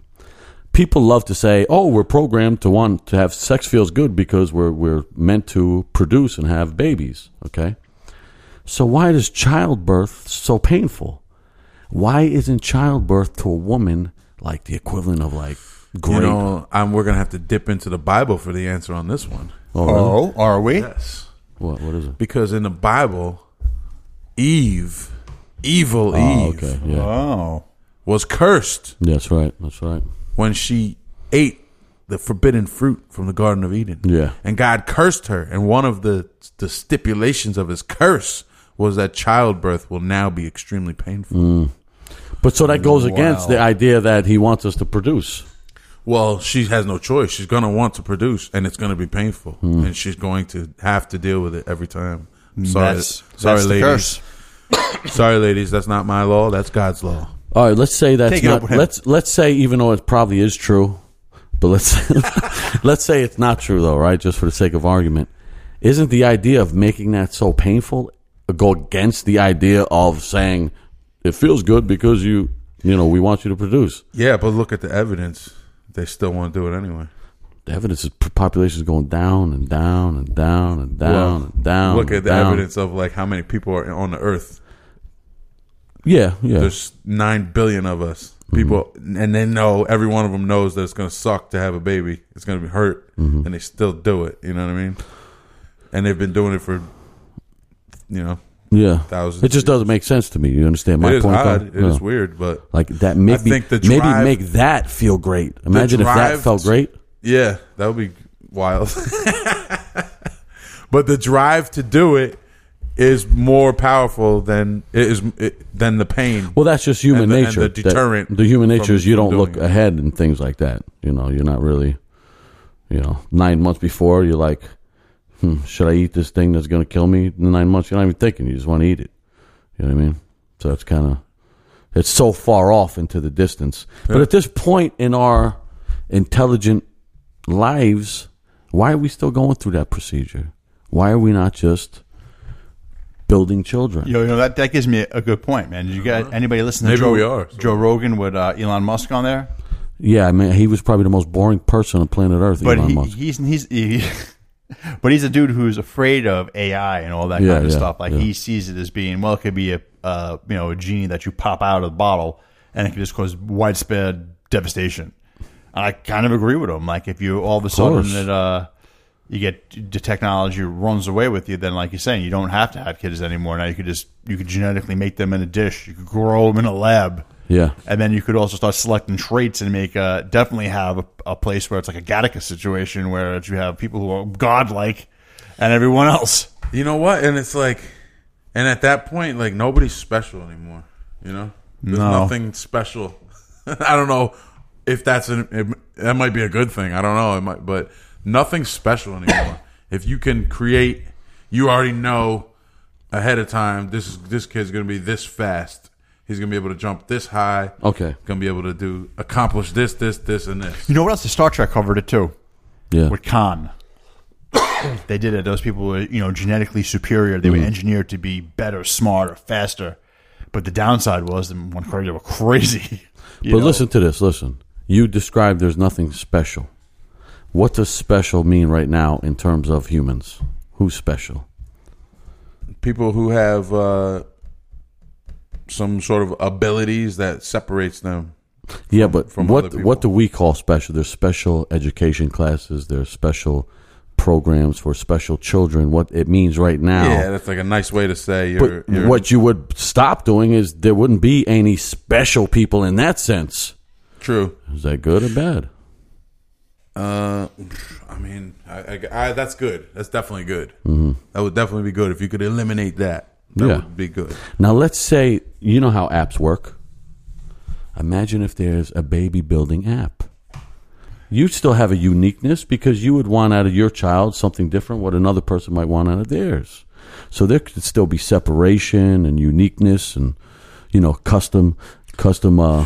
Speaker 4: People love to say, "Oh, we're programmed to want to have sex feels good because we're we're meant to produce and have babies." Okay, so why is childbirth so painful? Why isn't childbirth to a woman like the equivalent of like grape?
Speaker 5: You know, I'm, we're gonna have to dip into the Bible for the answer on this one.
Speaker 4: Oh, really?
Speaker 3: Oh, are we?
Speaker 5: Yes,
Speaker 4: what what is it?
Speaker 5: because in the Bible, Eve, evil
Speaker 3: Ah,
Speaker 4: Oh,
Speaker 5: Eve,
Speaker 4: okay, yeah,
Speaker 3: Oh,
Speaker 5: was cursed
Speaker 4: that's right, that's right.
Speaker 5: when she ate the forbidden fruit from the Garden of Eden.
Speaker 4: Yeah.
Speaker 5: And God cursed her. And one of the, the stipulations of his curse was that childbirth will now be extremely painful.
Speaker 3: Mm.
Speaker 4: But so that goes against the idea that he wants us to produce.
Speaker 5: Well, she has no choice. She's going to want to produce, and it's going to be painful.
Speaker 3: Mm.
Speaker 5: And she's going to have to deal with it every time. I'm Sorry,
Speaker 3: that's,
Speaker 5: sorry
Speaker 3: that's the
Speaker 5: ladies.
Speaker 3: curse.
Speaker 5: Sorry, ladies. That's not my law. That's God's law.
Speaker 4: All right, let's say that's
Speaker 3: Take it up
Speaker 4: not.
Speaker 3: with him.
Speaker 4: Let's let's say even though it probably is true, but let's let's say it's not true though, right? Just for the sake of argument, isn't the idea of making that so painful go against the idea of saying it feels good because you you know we want you to produce?
Speaker 5: Yeah, but look at the evidence. They still want to do it anyway.
Speaker 4: The evidence is p- population is going down and down and down and down and down.
Speaker 5: Look
Speaker 4: and
Speaker 5: at the
Speaker 4: down.
Speaker 5: evidence of like how many people are on the earth.
Speaker 4: Yeah, yeah. Mm-hmm.
Speaker 5: There's nine billion of us people, and they know every one of them knows that it's going to suck to have a baby. It's going to be hurt,
Speaker 4: Mm-hmm.
Speaker 5: and they still do it. You know what I mean? And they've been doing it for, you know,
Speaker 4: yeah,
Speaker 5: thousands
Speaker 4: it just doesn't make sense to me. You understand my
Speaker 5: it is
Speaker 4: point?
Speaker 5: odd.
Speaker 4: though?
Speaker 5: It is
Speaker 4: Yeah.
Speaker 5: weird, but
Speaker 4: Like that, maybe
Speaker 5: think the
Speaker 4: maybe
Speaker 5: drive-
Speaker 4: make that feel great. Imagine if that
Speaker 5: drive
Speaker 4: felt
Speaker 5: to-
Speaker 4: great.
Speaker 5: yeah, that would be wild. but the drive to do it is more powerful than it is it, than the pain.
Speaker 4: Well, that's just human
Speaker 5: And the- and
Speaker 4: nature.
Speaker 5: the
Speaker 4: that-
Speaker 5: deterrent
Speaker 4: the human nature
Speaker 5: from-
Speaker 4: is you
Speaker 5: from
Speaker 4: don't look
Speaker 5: doing it.
Speaker 4: ahead and things like that. You know, you're not really, you know, nine months before you're like, hmm, should I eat this thing that's going to kill me in nine months? You're not even thinking. You just want to eat it. You know what I mean? So that's kind of, it's so far off into the distance. But at this point in our intelligent lives, why are we still going through that procedure? Why are we not just building children?
Speaker 3: Yo, you know that that gives me a good point, man. Did you guys anybody listen to
Speaker 5: Uh-huh. Maybe
Speaker 3: Joe,
Speaker 5: we are.
Speaker 3: Joe Rogan with uh, Elon Musk on there?
Speaker 4: Yeah, I mean, he was probably the most boring person on planet Earth.
Speaker 3: But
Speaker 4: Elon
Speaker 3: he,
Speaker 4: Musk.
Speaker 3: he's he's he, but he's a dude who's afraid of AI and all that
Speaker 4: Yeah,
Speaker 3: kind of
Speaker 4: yeah,
Speaker 3: stuff. Like
Speaker 4: yeah.
Speaker 3: he sees it as being well, it could be a uh, you know a genie that you pop out of the bottle and it can just cause widespread devastation. And I kind of agree with him. Like if you all of a sudden
Speaker 4: course.
Speaker 3: that uh, you get the technology runs away with you, then like you're saying, you don't have to have kids anymore. Now you could just you could genetically make them in a dish. You could grow them in a lab.
Speaker 4: Yeah.
Speaker 3: And then you could also start selecting traits and make uh, definitely have a, a place where it's like a Gattaca situation where you have people who are godlike and everyone else.
Speaker 5: You know what? And it's like, and at that point, like nobody's special anymore. You know, there's
Speaker 3: No.
Speaker 5: nothing special. I don't know if that's an it, that might be a good thing. I don't know. It might, but nothing's special anymore. if you can create, you already know ahead of time. This is this kid's gonna be this fast. He's gonna be able to jump this high.
Speaker 4: Okay.
Speaker 5: Gonna be able to do accomplish this, this, this, and this.
Speaker 3: You know what else? The Star Trek covered it too.
Speaker 4: Yeah.
Speaker 3: with Khan. they did it. Those people were, you know, genetically superior. They
Speaker 4: Mm-hmm.
Speaker 3: were engineered to be better, smarter, faster. But the downside was them one crazy they were crazy.
Speaker 4: But listen to this. Listen, you described there's nothing special. What does special mean right now in terms of humans? Who's special?
Speaker 5: people who have uh, some sort of abilities that separates them.
Speaker 4: Yeah, but
Speaker 5: from
Speaker 4: what
Speaker 5: other people.
Speaker 4: what do we call special? There's special education classes. There's special programs for special children. What it means right now.
Speaker 5: Yeah, that's like a nice way to say you're.
Speaker 4: Oh. But
Speaker 5: you're
Speaker 4: what you would stop doing is there wouldn't be any special people in that sense.
Speaker 5: True.
Speaker 4: Is that good or bad?
Speaker 5: Uh, I mean, I, I- I- that's good. That's definitely good. That would definitely be good if you could eliminate that. That
Speaker 4: Mm-hmm. Yeah.
Speaker 5: would be good.
Speaker 4: Now let's say you know how apps work. Imagine if there's a baby building app. You'd still have a uniqueness because you would want out of your child something different what another person might want out of theirs. So there could still be separation and uniqueness and you know custom custom uh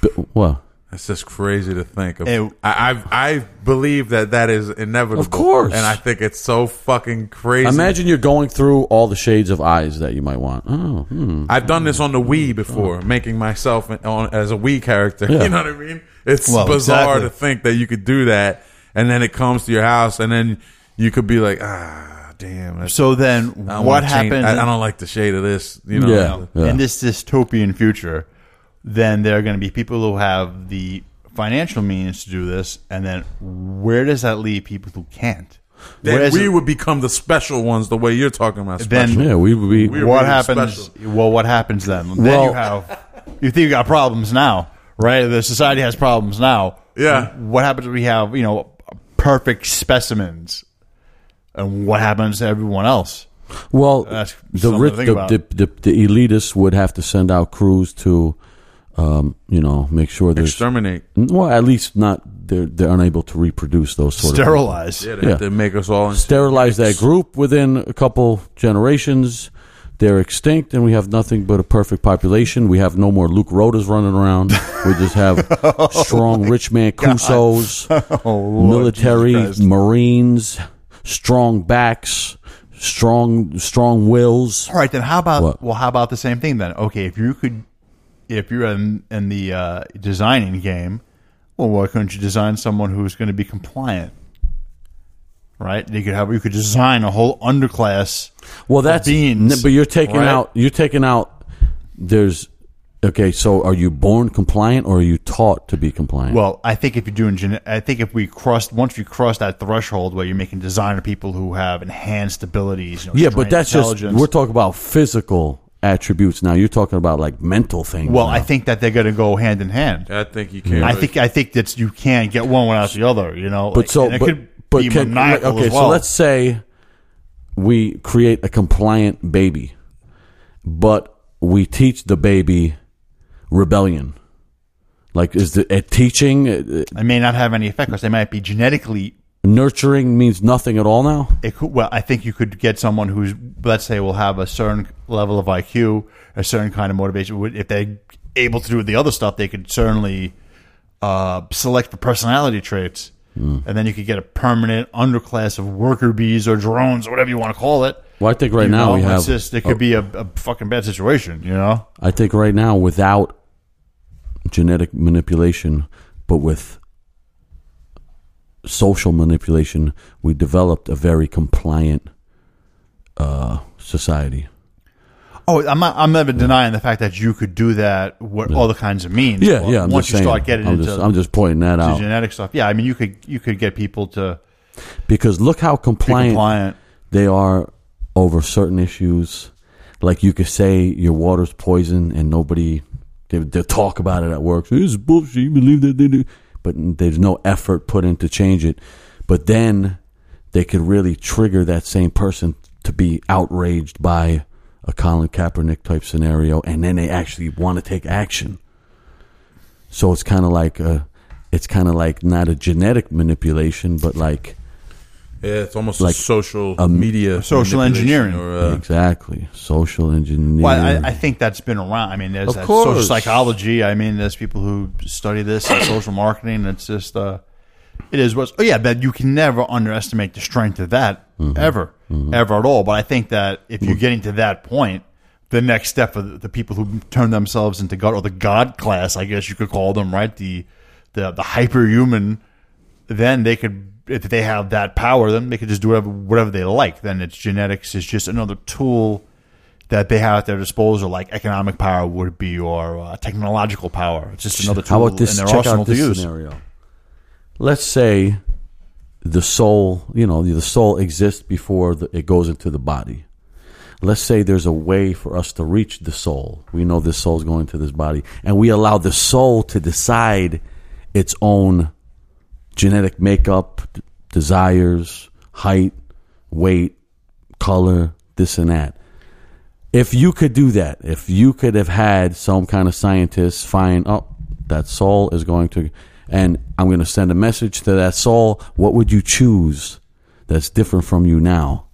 Speaker 4: bu- well
Speaker 5: That's just crazy to think of.
Speaker 3: Ew.
Speaker 5: I, I've, I believe that that is inevitable.
Speaker 4: Of course.
Speaker 5: And I think it's so fucking crazy.
Speaker 4: imagine you're going through all the shades of eyes that you might want. Oh, hmm.
Speaker 5: I've done this on the Wii before, making myself an- on, as a Wii character.
Speaker 4: Yeah.
Speaker 5: You know what I mean? It's
Speaker 3: Well,
Speaker 5: bizarre
Speaker 3: exactly.
Speaker 5: to think that you could do that, and then it comes to your house, and then you could be like, ah, damn. That's,
Speaker 3: So then,
Speaker 5: I don't
Speaker 3: what
Speaker 5: wanna change-
Speaker 3: happens?
Speaker 5: I, I don't like the shade of this. You know?
Speaker 4: Yeah.
Speaker 3: in this dystopian future, then there are going to be people who have the financial means to do this, and then where does that leave people who can't?
Speaker 5: Then
Speaker 3: Where does
Speaker 5: we
Speaker 3: it-
Speaker 5: would become the special ones, the way you're talking about. Special.
Speaker 3: Then-
Speaker 4: yeah, we would be
Speaker 5: We're
Speaker 3: what
Speaker 5: really
Speaker 3: happens?
Speaker 5: special.
Speaker 3: Well, what happens then? then
Speaker 4: Well-
Speaker 3: you have you think you got problems now, right? The society has problems now.
Speaker 5: Yeah.
Speaker 3: What happens if we have you know perfect specimens, and what happens to everyone else?
Speaker 4: Well,
Speaker 3: That's
Speaker 4: the,
Speaker 3: something to
Speaker 4: rich,
Speaker 3: think
Speaker 4: the,
Speaker 3: about.
Speaker 4: the, the, the elitists would have to send out crews to, um, you know, make sure there's
Speaker 5: exterminate.
Speaker 4: well, at least not they're they're unable to reproduce those sort of
Speaker 3: Sterilized.
Speaker 5: Yeah, they,
Speaker 4: Yeah.
Speaker 5: they make us all. Into,
Speaker 4: sterilize that group within a couple generations. They're extinct, and we have nothing but a perfect population. We have no more Luke Rotas running around. We just have
Speaker 3: Oh,
Speaker 4: strong rich man Cusos, military Marines, strong backs, strong strong wills.
Speaker 3: All right, then how about
Speaker 4: What?
Speaker 3: well, how about the same thing then? Okay, if you could, if you're in, in the uh, designing game, well, why couldn't you design someone who's going to be compliant? Right, you could have you could design a whole underclass.
Speaker 4: Well, that's
Speaker 3: beans,
Speaker 4: n- But you're taking
Speaker 3: right?
Speaker 4: out. You're taking out. There's okay. So are you born compliant or are you taught to be compliant?
Speaker 3: Well, I think if you're doing, gene- I think if we cross once we cross that threshold where you're making designer people who have enhanced abilities. You know,
Speaker 4: yeah,
Speaker 3: strength,
Speaker 4: but that's just
Speaker 3: intelligence.
Speaker 4: we're talking about physical attributes now. You're talking about like mental things.
Speaker 3: well,
Speaker 4: now.
Speaker 3: I think that they're going to go hand in hand.
Speaker 5: I think you can't.
Speaker 3: I
Speaker 5: really-
Speaker 3: think I think that you can get one without the other. You know,
Speaker 4: But so,
Speaker 3: and it
Speaker 4: but,
Speaker 3: could
Speaker 4: but
Speaker 3: be
Speaker 4: can-
Speaker 3: maniacal
Speaker 4: okay.
Speaker 3: as well.
Speaker 4: So let's say we create a compliant baby, but we teach the baby rebellion. Like, is the uh, teaching uh,
Speaker 3: it may not have any effect because they might be genetically.
Speaker 4: nurturing means nothing at all now?
Speaker 3: It could, well, I think you could get someone who's, let's say, will have a certain level of IQ, a certain kind of motivation. Would- If they're able to do the other stuff, they could certainly uh, select for personality traits,
Speaker 4: Hmm.
Speaker 3: and then you could get a permanent underclass of worker bees or drones or whatever you want to call it.
Speaker 4: Well, I think right
Speaker 3: You
Speaker 4: now
Speaker 3: know,
Speaker 4: we have.
Speaker 3: it's just, it could be a, a fucking bad situation. You know,
Speaker 4: I think right now without genetic manipulation, but with social manipulation, we developed a very compliant uh, society.
Speaker 3: Oh, I'm not, I'm never denying the fact that you could do that with all the kinds of means.
Speaker 4: Yeah,
Speaker 3: But
Speaker 4: yeah. I'm
Speaker 3: once
Speaker 4: just
Speaker 3: you
Speaker 4: saying.
Speaker 3: start getting
Speaker 4: I'm
Speaker 3: into
Speaker 4: just, I'm just pointing that
Speaker 3: the
Speaker 4: out
Speaker 3: genetic stuff, yeah, I mean, you could you could get people to
Speaker 4: because look how
Speaker 3: be
Speaker 4: compliant,
Speaker 3: compliant.
Speaker 4: they are over certain issues. Like you could say your water's poison and nobody they they talk about it at work. This is bullshit. You believe that they do, but there's no effort put in to change it. But then they could really trigger that same person to be outraged by a Colin Kaepernick type scenario, and then they actually want to take action. So it's kind of like a, it's kind of like not a genetic manipulation, but like
Speaker 5: Yeah, it's almost
Speaker 4: Like
Speaker 5: a social
Speaker 4: a-
Speaker 5: media,
Speaker 3: Social
Speaker 5: manipulation
Speaker 3: engineering.
Speaker 5: or uh,
Speaker 4: exactly social engineering.
Speaker 3: Well, I, I think that's been around. I mean, there's
Speaker 4: Of
Speaker 3: that social
Speaker 4: course.
Speaker 3: psychology. I mean, there's people who study this in social marketing. It's just, uh, it is what's. Oh yeah, but you can never underestimate the strength of that
Speaker 4: Mm-hmm.
Speaker 3: ever, ever at all. But I think that if
Speaker 4: Mm.
Speaker 3: you're getting to that point, the next step for the, the people who turn themselves into God or the God class, I guess you could call them, right? The the the hyperhuman. Then they could. If they have that power, then they could just do whatever whatever they like. Then it's genetics is just another tool that they have at their disposal, like economic power would be or uh, technological power. It's just another tool
Speaker 4: How about this?
Speaker 3: in their
Speaker 4: Check
Speaker 3: arsenal
Speaker 4: out this
Speaker 3: to use.
Speaker 4: scenario. Let's say the soul, you know, the soul exists before the, it goes into the body. Let's say there's a way for us to reach the soul. We know this soul's going to this body, and we allow the soul to decide its own genetic makeup, d- desires, height, weight, color, this and that. If you could do that, if you could have had some kind of scientist find, oh, that soul is going to, and I'm going to send a message to that soul, what would you choose that's different from you now?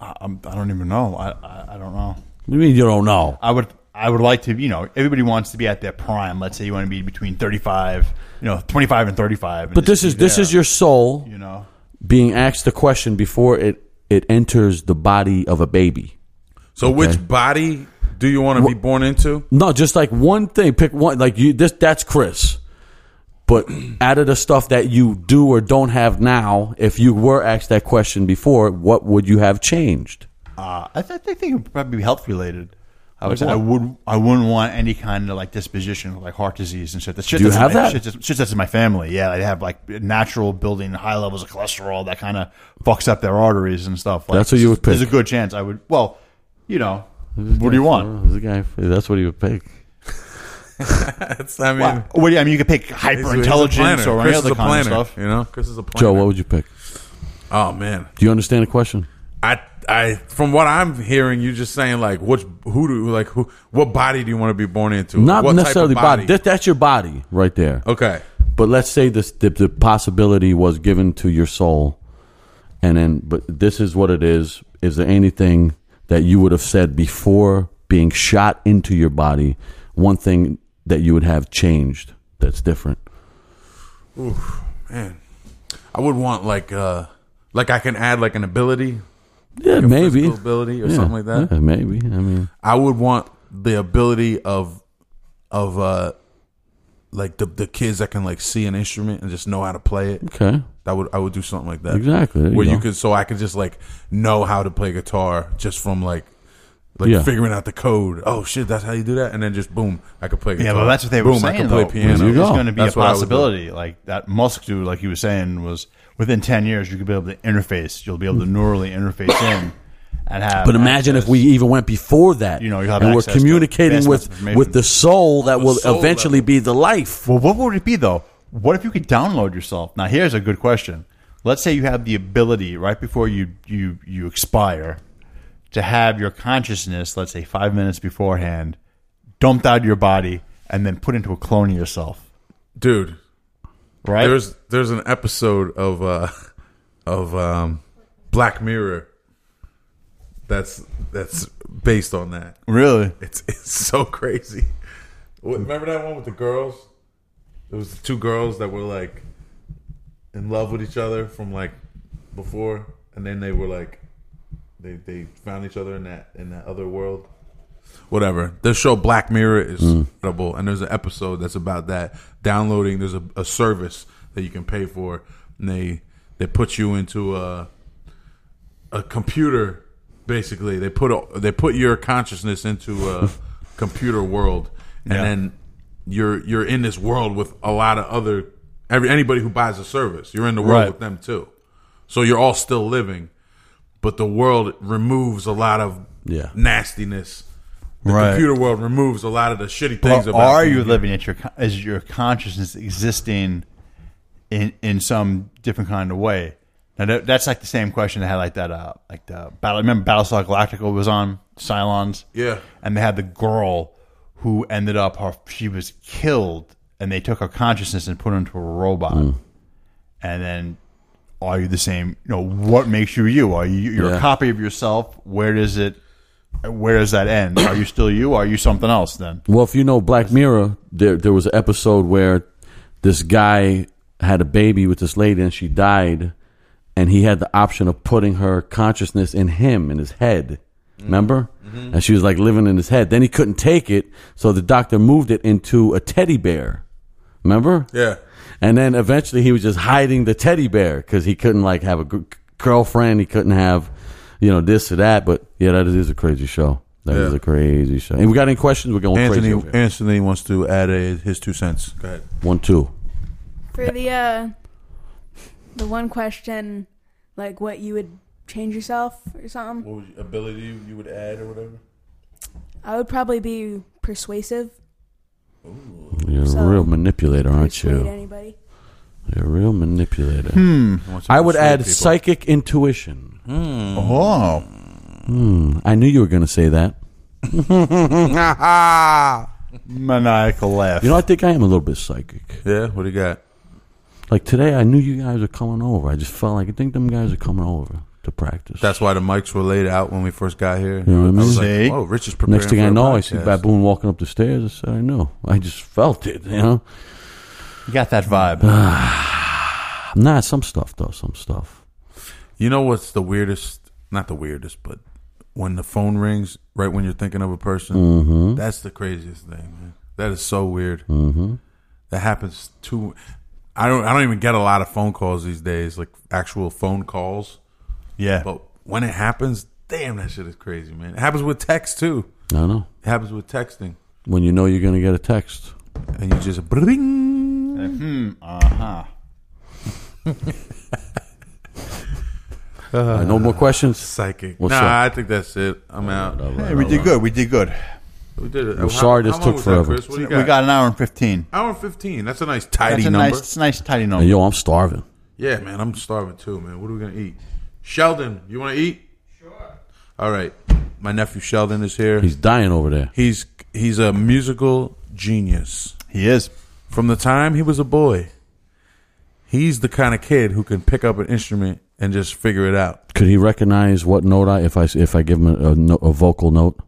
Speaker 3: I, I'm- I don't even know. I, I, I don't know.
Speaker 4: You mean you don't know?
Speaker 3: I would I would like to. You know, everybody wants to be at their prime. Let's say you want to be between 35, you know, 25 and 35. and
Speaker 4: But
Speaker 3: just
Speaker 4: this is
Speaker 3: be
Speaker 4: this
Speaker 3: there,
Speaker 4: is your soul
Speaker 3: you know.
Speaker 4: being asked the question before it it enters the body of a baby.
Speaker 5: so, which body do you want to be born into?
Speaker 4: No, just like one thing. Pick one. Like you, this that's Chris. But out of the stuff that you do or don't have now, if you were asked that question before, what would you have changed?
Speaker 3: Uh, I, th- I think it would probably be health related. I would say I would I wouldn't want any kind of like disposition like heart disease and shit. The shit
Speaker 4: Do you
Speaker 3: that's in
Speaker 4: have
Speaker 3: my,
Speaker 4: that?
Speaker 3: Shit, that's- shit that's in my family. Yeah, they have like natural building high levels of cholesterol that kind of fucks up their arteries and stuff. Like,
Speaker 4: That's what you would
Speaker 3: There's a
Speaker 4: pick.
Speaker 3: good chance I would. Well, you know, what do you want?
Speaker 4: The guy, that's what he would pick.
Speaker 5: That's I mean,
Speaker 3: What do you, I mean, you could pick
Speaker 5: he's- he's
Speaker 3: hyper
Speaker 5: a
Speaker 3: intelligence
Speaker 5: planner.
Speaker 3: or any
Speaker 5: Chris
Speaker 3: other
Speaker 5: is a
Speaker 3: kind
Speaker 5: planner,
Speaker 3: of stuff.
Speaker 5: You know, Chris is a planner.
Speaker 4: Joe, what would you pick?
Speaker 5: oh man,
Speaker 4: Do you understand the question?
Speaker 5: I I from what I'm hearing, you're just saying like, which who do like who what body do you want to be born into?
Speaker 4: Not
Speaker 5: What type of
Speaker 4: necessarily body. That, that's your body right there.
Speaker 5: okay,
Speaker 4: But let's say this, the, the possibility was given to your soul, and then, but this is what it is. Is there anything that you would have said before being shot into your body? One thing that you would have changed that's different.
Speaker 5: man, I would want like uh like I can add like an ability,
Speaker 4: Yeah, maybe
Speaker 5: physical ability or
Speaker 4: Yeah,
Speaker 5: something like that.
Speaker 4: yeah, maybe. I mean,
Speaker 5: I would want the ability of of uh like the the kids that can like see an instrument and just know how to play it.
Speaker 4: okay,
Speaker 5: That would I would do something like that.
Speaker 4: Exactly, there you
Speaker 5: Where you
Speaker 4: go.
Speaker 5: could so I could just like know how to play guitar just from like like
Speaker 4: Yeah.
Speaker 5: figuring out the code. Oh shit, that's how you do that, and then just boom, I could play.
Speaker 3: Yeah,
Speaker 5: guitar.
Speaker 3: but that's what they were
Speaker 5: boom,
Speaker 3: saying.
Speaker 5: I could play
Speaker 3: though,
Speaker 5: piano.
Speaker 4: There you
Speaker 3: It's
Speaker 4: go.
Speaker 3: going to be
Speaker 5: That's
Speaker 3: a
Speaker 5: what I was doing.
Speaker 3: possibility. Like that Musk dude, like he was saying, was within ten years you could be able to interface. You'll be able to neurally interface in and have.
Speaker 4: Hmm. but imagine if we even went before that.
Speaker 3: You know, you have
Speaker 4: and we're
Speaker 3: access to vast
Speaker 4: communicating
Speaker 3: amounts
Speaker 4: with
Speaker 3: of information.
Speaker 4: with the soul that will
Speaker 5: soul
Speaker 4: eventually be the life.
Speaker 3: Well, what would it be though? What if you could download yourself? Now, here's a good question. Let's say you have the ability right before you you you expire to have your consciousness, let's say five minutes beforehand, dumped out of your body and then put into a clone of yourself.
Speaker 5: dude.
Speaker 3: Right?
Speaker 5: There's there's an episode of uh of um Black Mirror that's that's based on that.
Speaker 3: really.
Speaker 5: It's it's so crazy. What- Remember that one with the girls? It was the two girls that were like in love with each other from like before, and then they were like they they found each other in that in that other world. Whatever. The show Black Mirror is
Speaker 3: Mm.
Speaker 5: incredible, and there's an episode that's about that downloading. There's a, a service that you can pay for, and they they put you into a a computer basically they put a, they put your consciousness into a computer world, and
Speaker 3: Yeah.
Speaker 5: then you're you're in this world with a lot of other every anybody who buys a service. You're in the world
Speaker 3: Right.
Speaker 5: with them too, so you're all still living, but the world removes a lot of
Speaker 4: Yeah.
Speaker 5: nastiness. The
Speaker 3: Right.
Speaker 5: computer world removes a lot of the shitty
Speaker 3: Well,
Speaker 5: things. about
Speaker 3: are you
Speaker 5: computer.
Speaker 3: living at your con- is your consciousness existing in in some different kind of way? Now that, that's like the same question they had like that uh like the battle. Remember Battlestar Galactica was on Cylons,
Speaker 5: Yeah.
Speaker 3: and they had the girl who ended up her she was killed, and they took her consciousness and put her into a robot, and then. Are you the same? You know what makes you you? Are you you're
Speaker 4: Yeah.
Speaker 3: a copy of yourself? Where does it? Where does that end? Are you still you? Are you something else? Then
Speaker 4: Well, if you know Black Mirror, there there was an episode where this guy had a baby with this lady and she died, and he had the option of putting her consciousness in him in his head. Remember?
Speaker 5: Mm-hmm.
Speaker 4: And she was like living in his head. Then he couldn't take it, so the doctor moved it into a teddy bear. Remember?
Speaker 5: Yeah.
Speaker 4: And then eventually he was just hiding the teddy bear because he couldn't like have a g- girlfriend. He couldn't have, you know, this or that. But yeah, that is a crazy show. That is
Speaker 5: Yeah.
Speaker 4: a crazy show. And we got any questions? We're going crazy.
Speaker 5: Anthony
Speaker 4: over here.
Speaker 5: Anthony wants to add a, his two cents. Go ahead.
Speaker 4: One, two.
Speaker 7: For the uh, the one question, like what you would change yourself or something,
Speaker 5: What would, ability you would add or whatever?
Speaker 7: I would probably be persuasive.
Speaker 4: You're
Speaker 7: So-
Speaker 4: a real manipulator, aren't
Speaker 7: persuade
Speaker 4: you?
Speaker 7: Anybody?
Speaker 4: You're a real manipulator. I would add psychic intuition.
Speaker 3: Oh,
Speaker 4: I knew you were going to say that.
Speaker 3: maniacal laugh.
Speaker 4: You know, I think I am a little bit psychic.
Speaker 5: Yeah, what do you got?
Speaker 4: Like today, I knew you guys were coming over. I just felt like I think them guys are coming over to practice.
Speaker 5: That's why the mics were laid out when we first got here.
Speaker 4: know what I mean?
Speaker 5: was
Speaker 3: See?
Speaker 5: like, oh, Rich is preparing.
Speaker 4: Next thing
Speaker 5: for
Speaker 4: I
Speaker 5: a
Speaker 4: know, I see
Speaker 5: podcast."
Speaker 4: Baboon walking up the stairs. I said, I know. I just felt it, you know?
Speaker 3: you got that vibe.
Speaker 4: Nah, some stuff, though. Some stuff.
Speaker 5: You know what's the weirdest? Not the weirdest, but when the phone rings right when you're thinking of a person, that's the craziest thing. Man. That is so weird. Mm-hmm. That happens too. I don't. I don't even get a lot of phone calls these days, like actual phone calls.
Speaker 3: yeah.
Speaker 5: But when it happens, damn, that shit is crazy, man. It happens with text too.
Speaker 4: I don't know.
Speaker 5: It happens with texting,
Speaker 4: When you know you're going to get a text.
Speaker 5: and you just bring. Uh,
Speaker 4: All right, no more questions?
Speaker 5: psychic.
Speaker 4: What's
Speaker 5: nah,
Speaker 4: up?
Speaker 5: I think that's it. I'm out.
Speaker 3: Hey, we did good. We did good.
Speaker 5: We did it.
Speaker 4: I'm sorry this
Speaker 5: long
Speaker 4: took
Speaker 5: was
Speaker 4: forever.
Speaker 5: Chris? What do you
Speaker 3: We got an hour and fifteen.
Speaker 5: hour and fifteen. That's a nice
Speaker 3: That's
Speaker 5: tidy
Speaker 3: a
Speaker 5: number.
Speaker 3: nice, it's a nice tidy number.
Speaker 4: Yo, I'm starving.
Speaker 5: Yeah, man, I'm starving too, man. What are we gonna eat? Sheldon, you want to eat? Sure. All right, my nephew Sheldon is here.
Speaker 4: He's
Speaker 5: He's
Speaker 4: dying over there.
Speaker 5: he's, he's a musical genius.
Speaker 3: He is.
Speaker 5: From the time he was a boy, he's the kind of kid who can pick up an instrument and just figure it out.
Speaker 4: Could he recognize what note I if I if I give him a, a, no- a vocal note?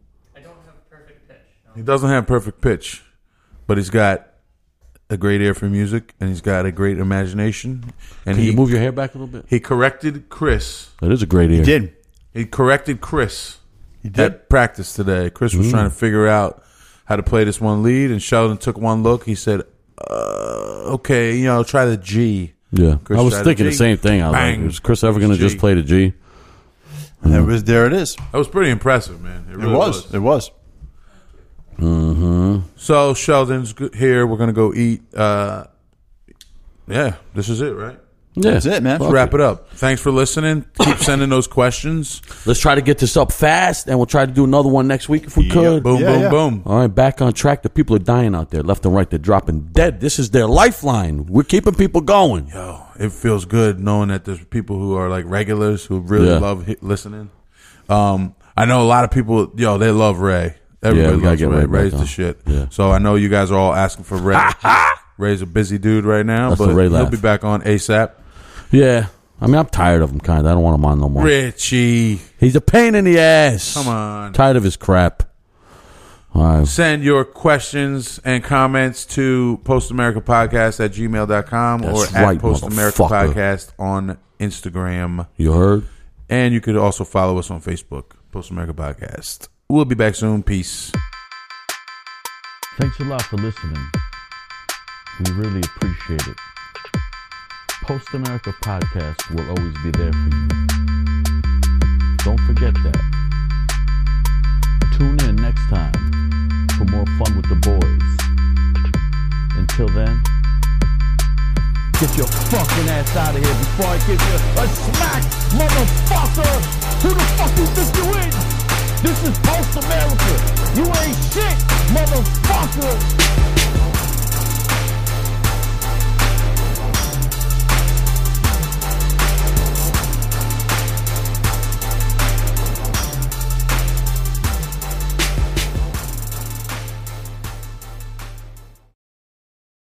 Speaker 5: He doesn't have perfect pitch, but he's got a great ear for music and he's got a great imagination. And
Speaker 4: Can
Speaker 5: he
Speaker 4: you move your hair back a little bit?
Speaker 5: he corrected Chris.
Speaker 4: That is a great ear.
Speaker 3: He did.
Speaker 5: He corrected Chris
Speaker 3: He did.
Speaker 5: at practice today. Chris was trying to figure out how to play this one lead, and Sheldon took one look. He said, uh, "Okay, you know, try the G."
Speaker 4: Yeah,
Speaker 5: Chris
Speaker 4: I was
Speaker 5: tried a
Speaker 4: thinking the
Speaker 5: G.
Speaker 4: same thing. I was like,
Speaker 5: Bang.
Speaker 4: is Chris ever going to
Speaker 5: G.
Speaker 4: just play the G?
Speaker 3: There was. There it is.
Speaker 5: That was pretty impressive, man. It,
Speaker 3: It
Speaker 5: really was.
Speaker 3: was. It was.
Speaker 5: So Sheldon's g- here. We're gonna go eat. Uh, yeah, this is it, right?
Speaker 4: Yeah,
Speaker 3: That's it, man.
Speaker 5: Let's wrap it up. Thanks for listening. Keep sending those questions.
Speaker 4: Let's try to get this up fast, and we'll try to do another one next week if we could.
Speaker 5: Boom,
Speaker 3: Yeah,
Speaker 5: boom,
Speaker 3: yeah.
Speaker 5: boom.
Speaker 4: All right, back on track. The people are dying out there, left and right. They're dropping dead. This is their lifeline. We're keeping people going.
Speaker 5: Yo, Oh, it feels good knowing that there's people who are like regulars who really
Speaker 4: Yeah.
Speaker 5: love hit, listening. Um, I know a lot of people, yo, they love Ray. Everybody
Speaker 4: we gotta
Speaker 5: loves
Speaker 4: get Ray
Speaker 5: Ray.
Speaker 4: back
Speaker 5: Ray's the
Speaker 4: on.
Speaker 5: shit.
Speaker 4: Yeah.
Speaker 5: So I know you guys are all asking for Ray. Ray's a busy dude right now,
Speaker 4: That's the
Speaker 5: but
Speaker 4: Ray
Speaker 5: he'll
Speaker 4: laugh.
Speaker 5: be back on ASAP.
Speaker 4: Yeah, I mean, I'm tired of him. Kind of. I don't want him on no more.
Speaker 5: Richie,
Speaker 4: He's a pain in the ass.
Speaker 5: come on.
Speaker 4: Tired of his crap. All right.
Speaker 5: Send your questions and comments to postamericapodcast at gmail.com or
Speaker 4: That's
Speaker 5: at
Speaker 4: right, motherfucker.
Speaker 5: postamerica podcast on Instagram.
Speaker 4: You heard?
Speaker 5: And you could also follow us on Facebook, Post America Podcast. We'll be back soon. Peace.
Speaker 8: Thanks a lot for listening. We really appreciate it. Post America Podcast will always be there for you. Don't forget that.
Speaker 2: Tune in next time for more fun with the boys. Until then, get your fucking ass out of here before I give you a smack, motherfucker! Who the fuck you think you is? This is post America. You ain't shit, motherfucker!